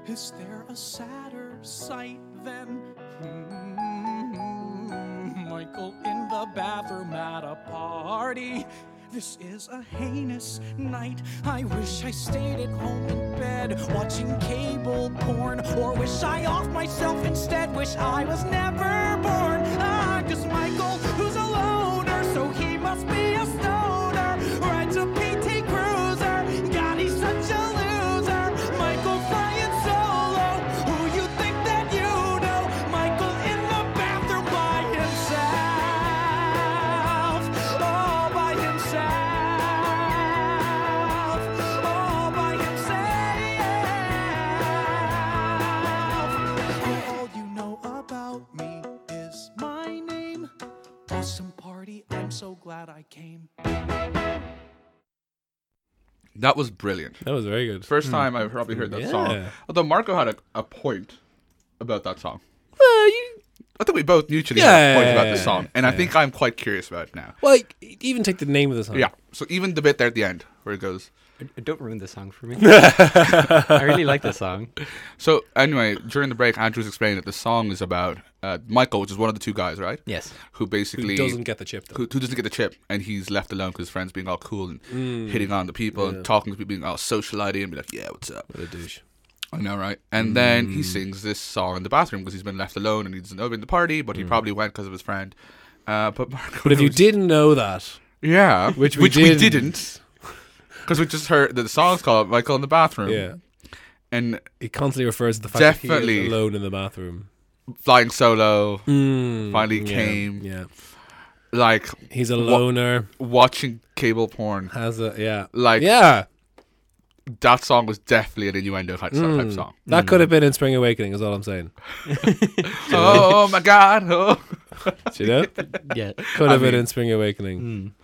Is there a sadder sight than Hmm, Michael in the bathroom at a party? This is a heinous night. I wish I stayed at home in bed watching cable porn, or wish I off myself instead. Wish I was never born. I'm just Michael, who's a loner, so he must be a stoner. Rides a PT Cruiser. God, he's such a loser. Michael flying solo. Who you think that you know? Michael in the bathroom by himself. All by himself. All by himself. All you know about me is my name. Awesome party. I'm so glad I came.
That was brilliant.
That was very good.
First time I've probably heard that song.
Hmm. Yeah.
Although Marco had a, a point about that song. I think we both mutually had a point
Yeah,
about
yeah,
this
yeah,
song, and I think I'm quite curious about it now.
Well, like, even take the name of the song.
Yeah. So even the bit there at the end where it goes.
Don't ruin the song for me. I really like this song.
So anyway, during the break, Andrew's explaining that the song is about uh, Michael, which is one of the two guys, right?
Yes.
Who basically
Who doesn't get the chip, though.
who, who doesn't get the chip, and he's left alone because his friends being all cool and
Mm.
hitting on the people and talking to people, being all socialite and be like, "Yeah, what's up?"
What a douche.
I know, right? And
Mm.
then he sings this song in the bathroom because he's been left alone and he doesn't open the party, but he probably went because of his friend. Uh, but Marco
Mm. But if you
knows-
didn't know that,
yeah,
Which we
we
didn't.
didn't, because we just heard that the song's called Michael in the bathroom,
yeah,
and
it constantly refers to the fact that he
Definitely.
is alone in the bathroom.
flying solo
Mm,
finally
yeah,
came,
Yeah,
like
he's a
Wha-
loner.
watching cable porn.
Has a yeah,
Like-
yeah.
That song was definitely an innuendo type, type song.
That
mm.
could have been in Spring Awakening. Is all I'm saying.
oh my god! Oh.
Do you know?
Yeah.
Could have been
mean-
in Spring Awakening.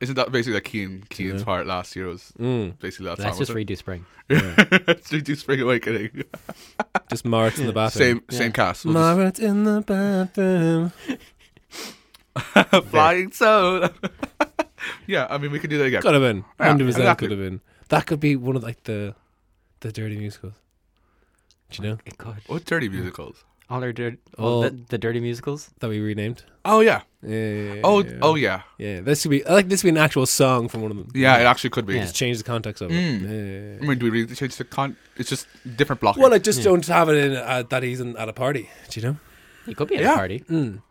Isn't that basically like Keen Keen's part last year was
Mm.
basically that
Let's
song?
just redo Spring.
Let's redo Spring Awakening.
Just Mark's in the bathroom.
Same same cast. We'll just-
Margaret's in the bathroom.
flying solo. yeah, I mean we could do that again.
Could have been.
Yeah,
Hundred percent
exactly.
could have been. That could be one of like the the dirty musicals. Do you know?
It could.
What dirty musicals?
All our dirt, all
Oh.
the, the dirty musicals.
that we renamed.
Oh yeah.
Yeah, yeah, yeah,
Oh
yeah.
oh yeah.
yeah. This could be I like this could be an actual song from one of them.
Yeah, Mm. it actually could be.
Yeah.
Just change the context of it. Yeah, yeah, yeah.
I mean, do we really change the con? It's just different block.
Well, I just don't have it in uh, that he's in, at a party. Do you know?
You could be at
Yeah.
a party.
Mm.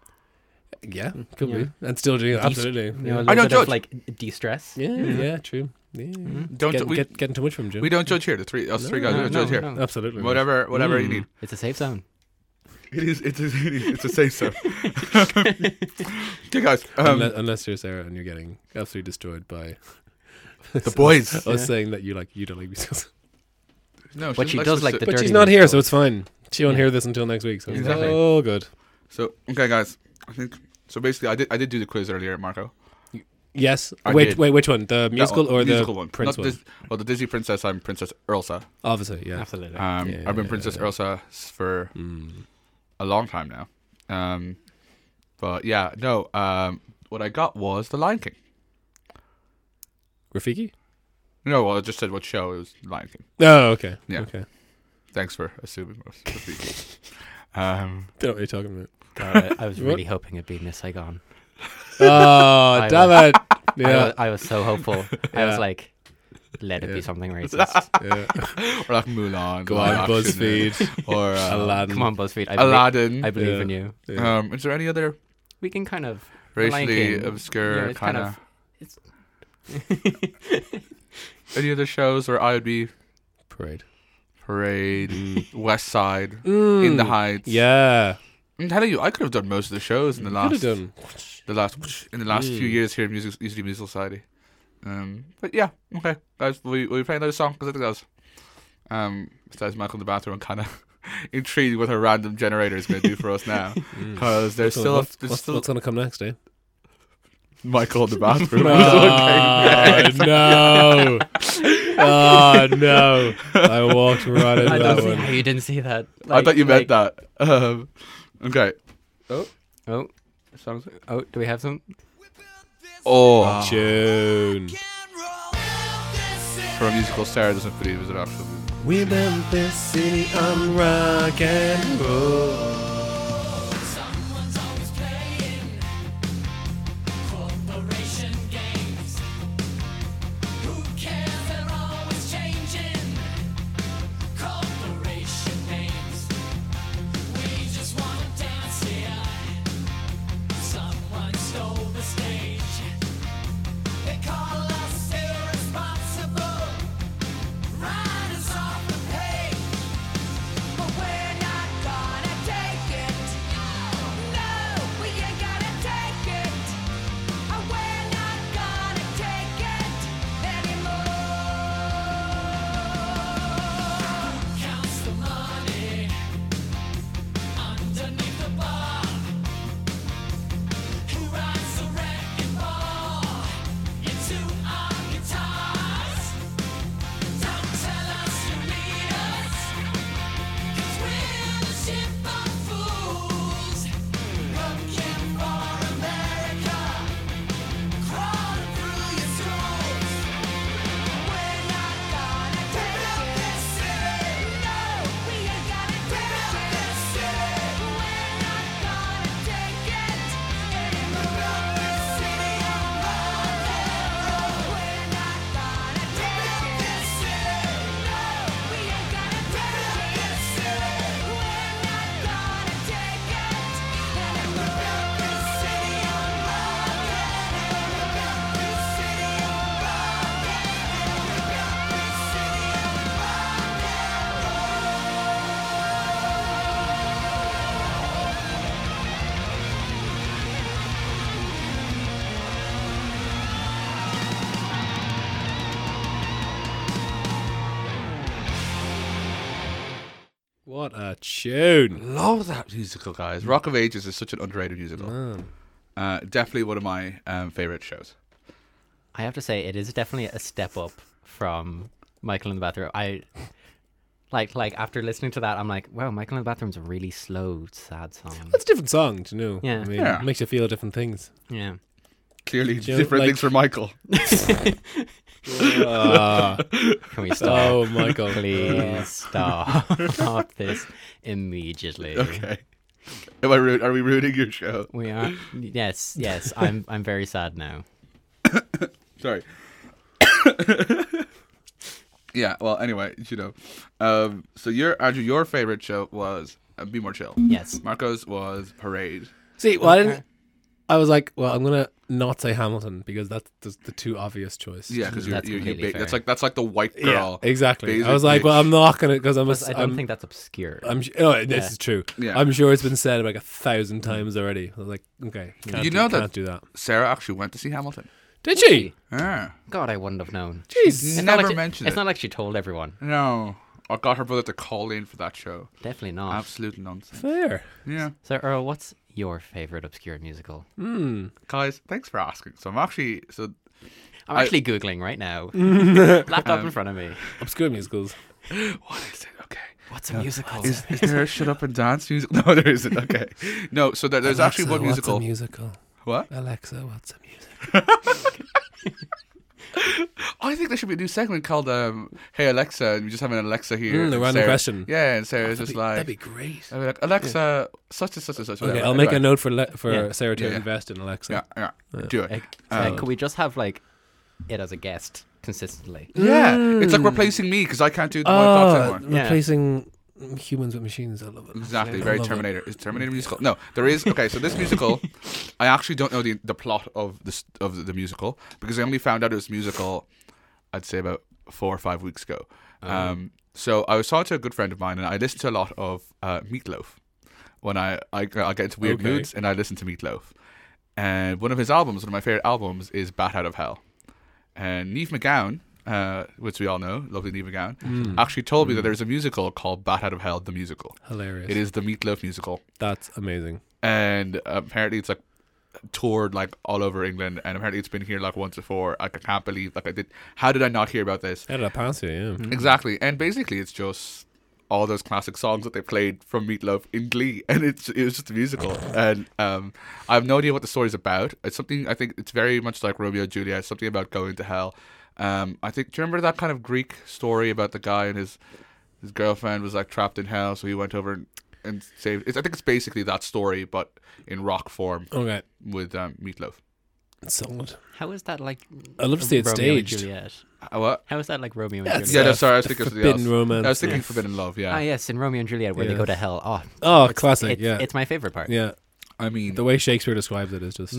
Yeah, could be. And still doing it. Absolutely.
You know, a
yeah.
little
I don't
bit of,
judge.
like de stress.
Yeah, Mm-hmm. yeah, true. Yeah.
don't
Get,
we,
get, getting too much from Jim.
we don't judge here. The three us three guys we don't judge here.
Absolutely. not.
Whatever whatever you need.
It's a safe zone.
It is it is it is it's a safe zone. okay, guys. Um,
unless, unless you're Sarah and you're getting absolutely destroyed by
the boys.
I was saying that you like you don't like musicals.
No,
But she
likes
does
us
like
to-
the
But
dirty
she's not here, so
musicals.
it's fine. She won't hear this until next week. So
Exactly.
It's all good.
So okay, guys. I think so. Basically, I did I did do the quiz earlier, Marco.
Yes.
I
wait,
did.
wait, which one? The
That
musical
one,
or
musical
the
one? Not
Prince one?
Dis- well, the Disney princess. I'm Princess Elsa.
Obviously, yeah.
Absolutely.
Um, I've been Princess Elsa s- for
Mm.
a long time now. Um, but yeah, no. Um, what I got was The Lion King.
Rafiki?
No, well, I just said what show it was Lion King.
Oh, okay.
Yeah.
Okay.
Thanks for assuming it was Rafiki. um,
Don't know what you're talking about.
God, I, I was really hoping it'd be Miss Saigon.
Oh, damn it.
I,
Yeah.
was, I was so hopeful. I
Yeah.
was like, let it
Yeah.
be something racist.
yeah.
or like Mulan.
Go
live
on,
action,
BuzzFeed.
Or uh,
Aladdin.
Come on, BuzzFeed. I, belie-
Aladdin.
I believe
Yeah.
in you.
Yeah.
um, is there any other
We can kind of The Lion
racially
King, yeah,
obscure
it's
kind
kind
of
of-
any other shows where I would be
Parade.
Parade, West Side, In
Hmm.
the Heights?
Mm. Yeah.
I'm telling you, I could have done most of the shows in the
Could
last
have done. Mm.
the last in the last few years here at Music Easy Musical Society. Um, but yeah, okay, guys, will we, will we play another song? Because I think that was, um, besides Michael in the bathroom, I'm kind of intrigued what her random generator is going to do for us now. Because there's
So
still,
what's,
there's
Mm. what's-
still
what's gonna come next, eh?
Michael in the bathroom.
Oh, no. Oh, no. I walked right into
I
that
don't see
one.
how you didn't see that.
I
Like-
thought you meant
like-
that. Um, okay.
Oh,
Songs-
oh, do we have some?
Oh,
June.
for a musical, Sarah doesn't believe is an actual musical.
We built this city on rock and roll. What a tune.
Love that musical, guys. Rock of Ages is such an underrated musical.
Hmm.
Uh, definitely one of my um, favorite shows.
I have to say, it is definitely a step up from Michael in the bathroom. I like, like after listening to that, I'm like, wow, Michael in the bathroom's a really slow, sad song.
That's a different song, do you know?
Yeah.
I mean,
Yeah.
It makes you feel different things.
Yeah.
Clearly,
Do you know,
different
like-
things for Michael.
Can we stop?
Oh, Michael.
Please stop this immediately.
Okay. Am I rude? Are we ruining your show?
We are. Yes, yes. I'm. I'm very sad now.
Sorry. yeah. Well, anyway, you know. Um, so your Andrew, your favorite show was uh, Be More Chill.
Yes.
Marco's was Parade.
See, well, I didn't. I was like, well, I'm gonna not say Hamilton because that's the, the too obvious choice.
Yeah, because you're,
That's
you're, you're
completely
big. That's
fair.
like that's like the white girl.
exactly. I was
basically.
like, well, I'm not gonna because I'm. A,
I don't
am
think that's obscure.
I'm. su- Oh,
Yeah.
this
Mm.
is true.
Yeah.
I'm sure it's been said like a thousand times already. I was like, okay, can't
You
do,
know that-
can't do that.
Sarah actually went to see Hamilton.
Did she?
Yeah.
God, I wouldn't have known.
Jeez.
not
Never
like she-
mentioned
It's
it.
not like she told everyone.
No. I got her brother to call in for that show.
Definitely
Oh.
not.
Absolute nonsense.
Fair.
Yeah.
So, Earl, what's your favorite obscure musical?
Guys, thanks for asking. So I'm actually so
I'm
I- Um,
actually googling right now. Laptop in front of me.
Obscure musicals.
what is it? Okay.
What's a musical?
Is, is there a shut up and dance music? No, there isn't. Okay. No, so there, there's actually one musical.
What's a musical?
what?
Alexa, what's a musical?
I think there should be a new segment called um, "Hey Alexa," and we just have an Alexa here.
Mm, the
and
random
Sarah-
question. Ah,
Yeah, and Sarah's just
That'd
like, Oh,
be great.
I'll be like, Alexa, such and such and such.
Okay,
whatever."
I'll make a
Anyway.
note for le- for
Yeah.
Sarah to
Yeah, yeah.
invest in Alexa.
Yeah, yeah, do it.
Like,
Um,
uh, could we just have like it as a guest consistently?
yeah, it's like replacing me because I can't do the oh,
Oh,
thoughts anymore.
Yeah.
replacing humans with machines. I love it.
Exactly,
I
very
love it.
Terminator. Is Terminator musical? No, there is. Okay, so this musical, I actually don't know the the plot of this of the musical because I only found out it was musical, I'd say about four or five weeks ago.
Oh.
Um, so I was talking to a good friend of mine, and I listened to a lot of uh, Meatloaf when I, I I get into weird
Okay.
moods, and I listen to Meatloaf. And one of his albums, one of my favorite albums, is "Bat Out of Hell." And Neve McGowan, uh, which we all know, lovely Neve McGowan,
Hmm.
actually told me that there's a musical called "Bat Out of Hell," the musical.
Hilarious.
It is the Meatloaf musical,
That's amazing.
and apparently it's like toured like all over England, and apparently it's been here like once before. Like I can't believe like I did. How did I not hear about this?
How did I pass you? Yeah.
Exactly, and basically it's just all those classic songs that they played from Meatloaf in Glee, and it's it was just a musical, and um, I have no idea what the story's about. It's something I think it's very much like Romeo and Juliet, it's something about going to hell. Um, I think do you remember that kind of Greek story about the guy and his his girlfriend was like trapped in hell, so he went over and, and saved. It's, I think it's basically that story, but in rock form
Okay.
with um, Meatloaf.
Solid.
How is that like?
I'd love to see it
Romeo
staged.
And Juliet?
Uh, what?
How is that like Romeo and
That's-
Yeah,
Juliet?
no,
Uh,
sorry, I was
the
thinking of something else.
Forbidden
I was
Romance,
thinking
yeah.
Forbidden Love. Yeah,
Ah, yes, in Romeo and Juliet, where they go to hell. Oh,
Oh, classic.
it's,
yeah.
it's my favorite part.
yeah.
I mean
The way Shakespeare describes it is just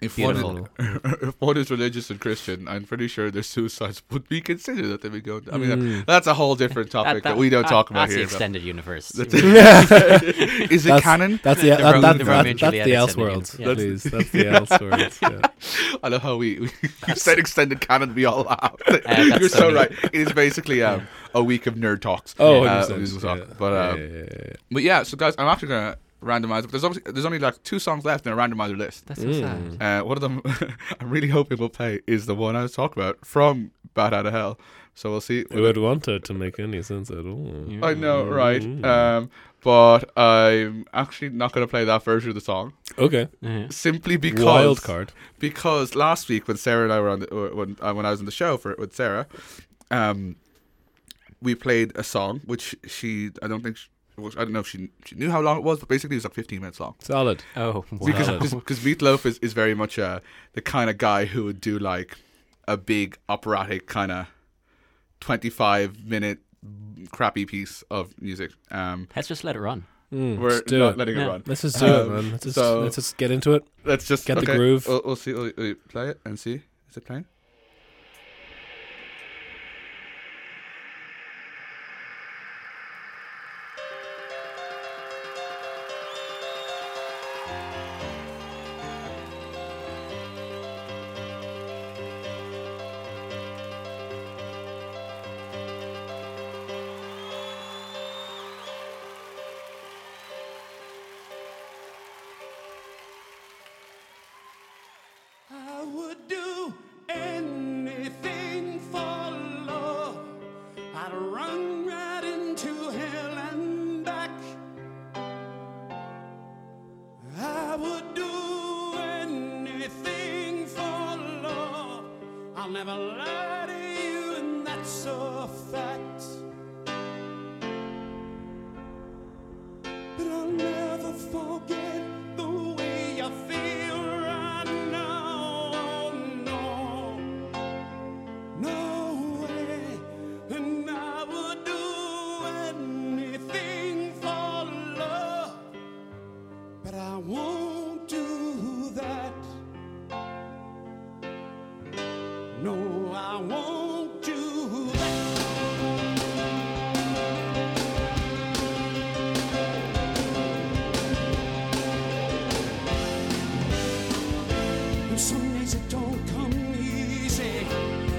If one,
Beautiful.
is, if one is religious and Christian, I'm pretty sure their suicides would be considered that they would go. I mean, that- that's a whole different topic that, we don't talk about
that's
here.
the extended universe.
but- Is it
That's-
canon?
That's the that,
Romeo-
that,
the
that,
Romeo
and
that's
Juliet
the
is in the
Elseworlds,
universe.
please. That's the Elseworlds. Yeah.
I love how we, we you said extended canon. We all laugh.
that's
You're so
funny.
right. It is basically um, a week of nerd talks.
Oh,
uh,
100%,
musical talk.
yeah.
But um,
yeah, yeah, yeah.
but yeah, so guys, I'm actually gonna randomize. But there's obviously, there's only like two songs left in a randomizer list.
That's so
Mm.
sad.
Uh, one of them I'm really hoping will play is the one I was talking about from Bad Out of Hell. So we'll see.
We would want it to make any sense at all.
I know,
Mm-hmm.
right? Um, but I'm actually not going to play that version of the song
Okay.
simply because
Wild card.
Because last week when Sarah and I were on the, or when uh, when I was on the show for with Sarah, um, we played a song which she I don't think she, well, I don't know if she she knew how long it was, but basically it was like 15 minutes long.
Solid.
Oh, wow.
Because because Meatloaf is, is very much uh, the kind of guy who would do like a big operatic kind of 25 minute crappy piece of music. Um,
let's just let it run.
we're
do
not
it.
letting it
Yeah.
run.
Let's just do it,
Um,
man. Let's just,
so-
let's just get into it.
Let's just
Get the
okay,
groove.
We'll, we'll see. We'll, we'll play it and see. Is it playing?
I would do anything for love. I'd run right into hell and back. I would do anything for love. I'll never lie to
There's some days it don't come easy.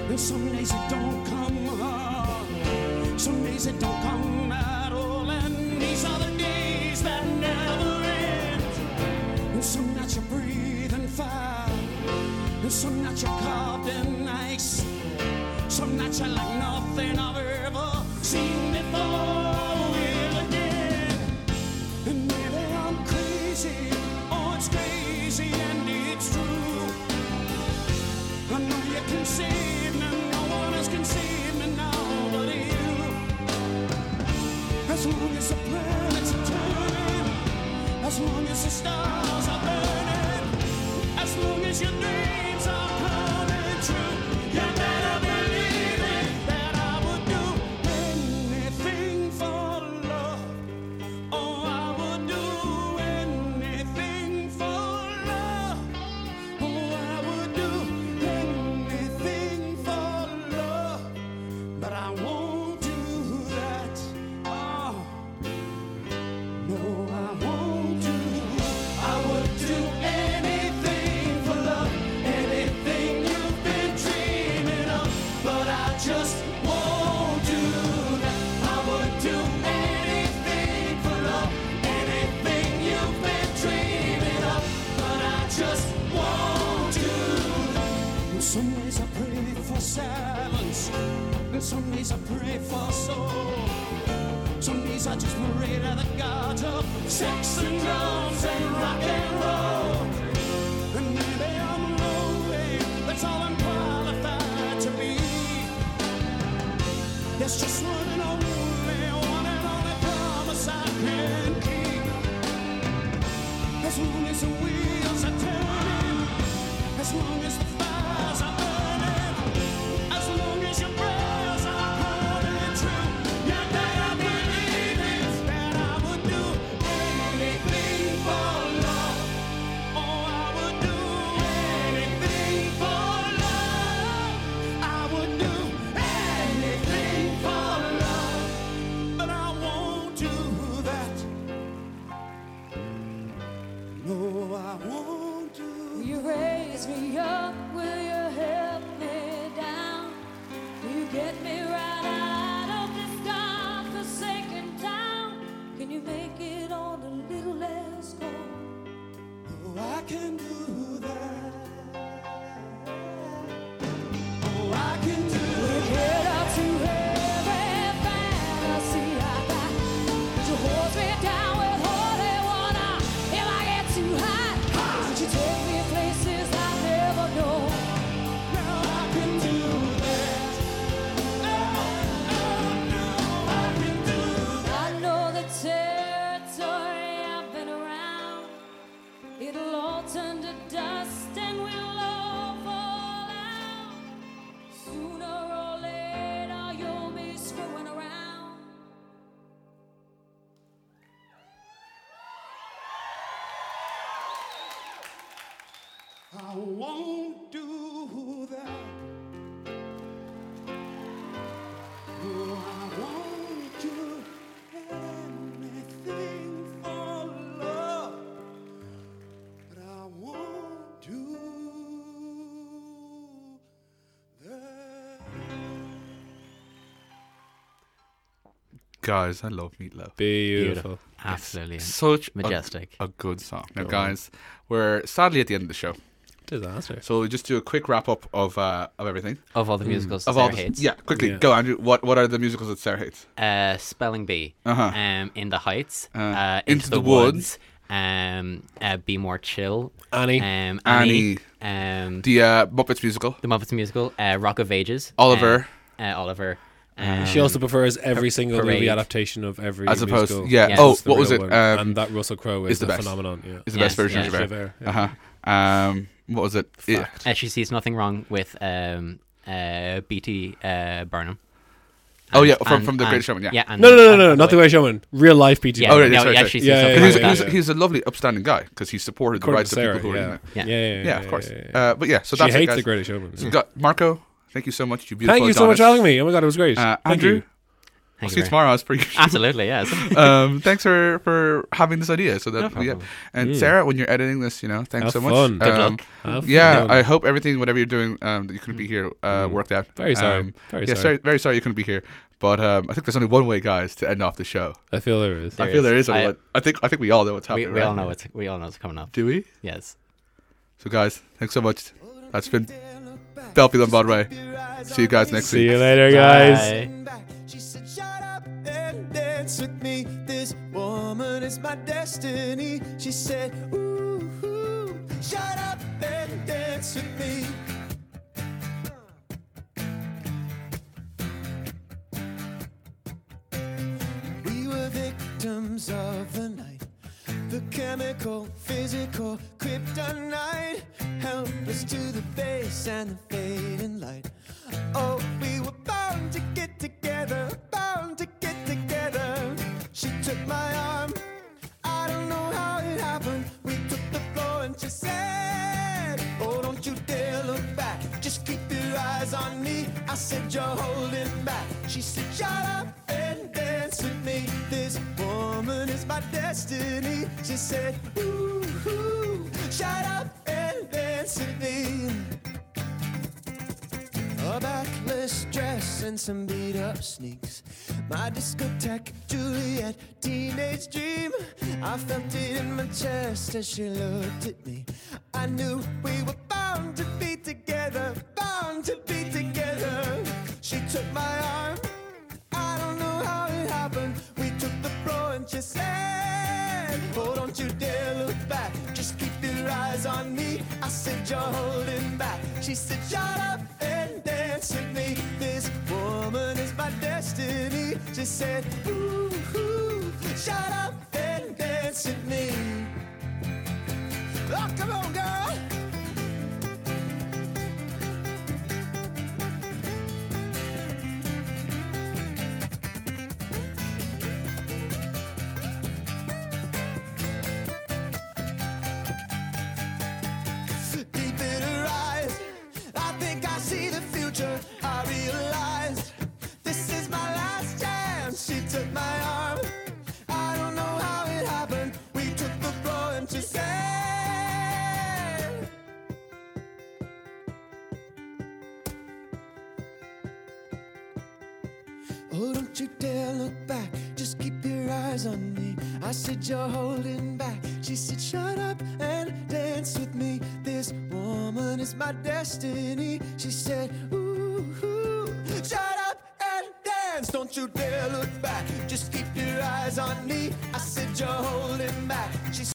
There's some days it don't come hard. Some days it don't come at all. And these are the days that never end. There's some that you breathe in fire. There's some that you carved in ice. Some that you like nothing I've ever seen before. Will again. And maybe I'm crazy. Oh, it's crazy and it's true. I know you can save me. No one else can save me now but you. As long as the planets are turning, as long as the stars are burning, as long as your dreams are coming true. You better believe it that I would do anything for love. Oh, I would do anything for love. Oh, I would do anything for love. But I won't do that. Oh, no, I won't do. I would do anything for love. Anything you've been dreaming of. But I just won't do that. I would do anything for love. Anything you've been dreaming of. But I just won't do that. And some days I pray for silence. And some days I pray for soul. Some days I just pray to the gods of sex and drums and rock and roll. And maybe I'm lonely, that's all I'm qualified to be. There's just one and only, one and only promise I can keep. As long as the wheels are turning, as long as the fires are burning, as long as your prayers are coming true, you better believe it that I would do anything for love. Oh, I would do anything for love. I would do anything for love, but I won't do that. No, I won't do.
Will you raise me up? Will you help me down? Will you get me right out of this God-forsaken town? Can you make it on a little less cold?
Oh, I can do that. Oh, I can do that.
Head up to every fantasy I got. Would you hold me down with holy water if I get too high? Would you take me places I never know?
Now I can do that. Oh, oh, no, I can do that.
I know the territory I've been around. It'll all turn to dust and we'll all fall out. Sooner or later, you'll be screwing around.
I won't do that. No, I won't do anything for love, but I won't do that.
Guys, I love meatloaf.
Beautiful.
Absolutely.
Such a-
Majestic.
A, good song. Now, guys, we're sadly at the end of the show,
Disaster.
so we'll just do a quick wrap up of uh, of everything.
of
Mm.
all the musicals that
of all
Sarah
the-
hates.
yeah, quickly
Yeah.
go Andrew. What what are the musicals that Sarah hates?
Uh, Spelling Bee. Um, In the Heights. Uh,
Uh-huh. Into the Woods.
Um, uh, Be More Chill.
Annie.
Um,
Annie.
Annie. Um,
The uh, Muppets musical,
the Muppets musical. Uh, Rock of Ages.
Oliver.
Uh, uh, Oliver. Um,
She also prefers every single movie
Parade.
adaptation of every.
As opposed-
musical.
yeah.
Oh,
It's the
what was
real
it?
one.
Um,
and that Russell Crowe is,
the
a
best.
phenomenon. Yeah.
is the
Yes,
best version
yeah.
of Javert.
Javert, yeah.
Uh huh. Um, what was it? It-
Fact.
uh, she sees nothing wrong with um, uh, BT uh, Barnum.
oh
And-
yeah, from
and-
from the
and-
Great Showman. Yeah.
Yeah. And,
No, no, no, no,
and
no, not the
way.
way showman. Real life P.T.
Yeah.
Oh,
Barnum.
right,
no,
that's right,
yeah,
that's
she
right.
sees
Yeah,
something
yeah,
He's,
like
he's,
that.
he's a lovely, upstanding guy because he supported the
According
rights
to
of
Sarah,
people who were in
yeah.
it.
Yeah.
Yeah.
yeah, yeah,
Yeah, of course.
yeah, yeah.
Uh, but yeah, so
She
that's it,
hates
guys.
the Greatest Showman.
So, got- Marco, thank you so much. You beautiful.
Thank you so much for
Adonis.
having me. Oh my god, it was great.
Uh,
Thank
Andrew,
you.
I'll
Thank
see you
very-
tomorrow. It's pretty.
Absolutely, yes.
um, thanks for for having this idea. So that
No
yeah.
problem.
And Sarah, when you're editing this, you know, thanks
Have
so much.
fun. Good
Um,
luck. Have
yeah,
fun. Mm-hmm.
I hope everything, whatever you're doing, um, that you couldn't be here, uh, worked out.
Very sorry.
Um,
Very
yeah,
sorry.
Very sorry you couldn't be here. But um, I think there's only one way, guys, to end off the show.
I feel there is.
I
There
feel there
is.
is. only
I-
one. I think I think we all know what's
We,
happening.
we all
right?
know it's we all know it's coming up.
Do we?
Yes.
So, guys, thanks so much. That's been Belfield on Broadway. See you guys next
See
week.
you later, guys.
Bye.
back. She said, Shut up and dance with me. This woman is my destiny. She said, Ooh, ooh, shut up and dance with me. We were victims of the night. The chemical, physical kryptonite held us to the face and the fading light. Oh, we were bound to get together, bound to get together. She took my arm. I don't know how it happened. We took the floor and she said, Oh, don't you dare look back. Just keep your eyes on me. I said, You're holding back. She said, Shut up and dance with me. This woman is my destiny. She said, Ooh, ooh shut up and dance with me. A backless dress and some beat up sneaks. My discotheque, Juliet, teenage dream. I felt it in my chest as she looked at me. I knew we were bound to be together, bound to be together. She took my arm. I don't know how it happened. We took the floor and she said, Oh, don't you dare look back. Just keep your eyes on me. I said, You're holding back. She said, Shut up and dance with me. This woman is my destiny. She said, Ooh, ooh shut up and dance with me. Oh, come on, girl. deep in her eyes. I think I see the future. I realize this is my last chance. She took my arm. I don't know how it happened. We took the floor and she said. Oh, don't you dare look back. Just keep your eyes on me. I said, You're holding back. She said, Shut up and dance with me. This woman is my destiny. She said, Ooh, ooh, shut up and dance. Don't you dare look back. Just keep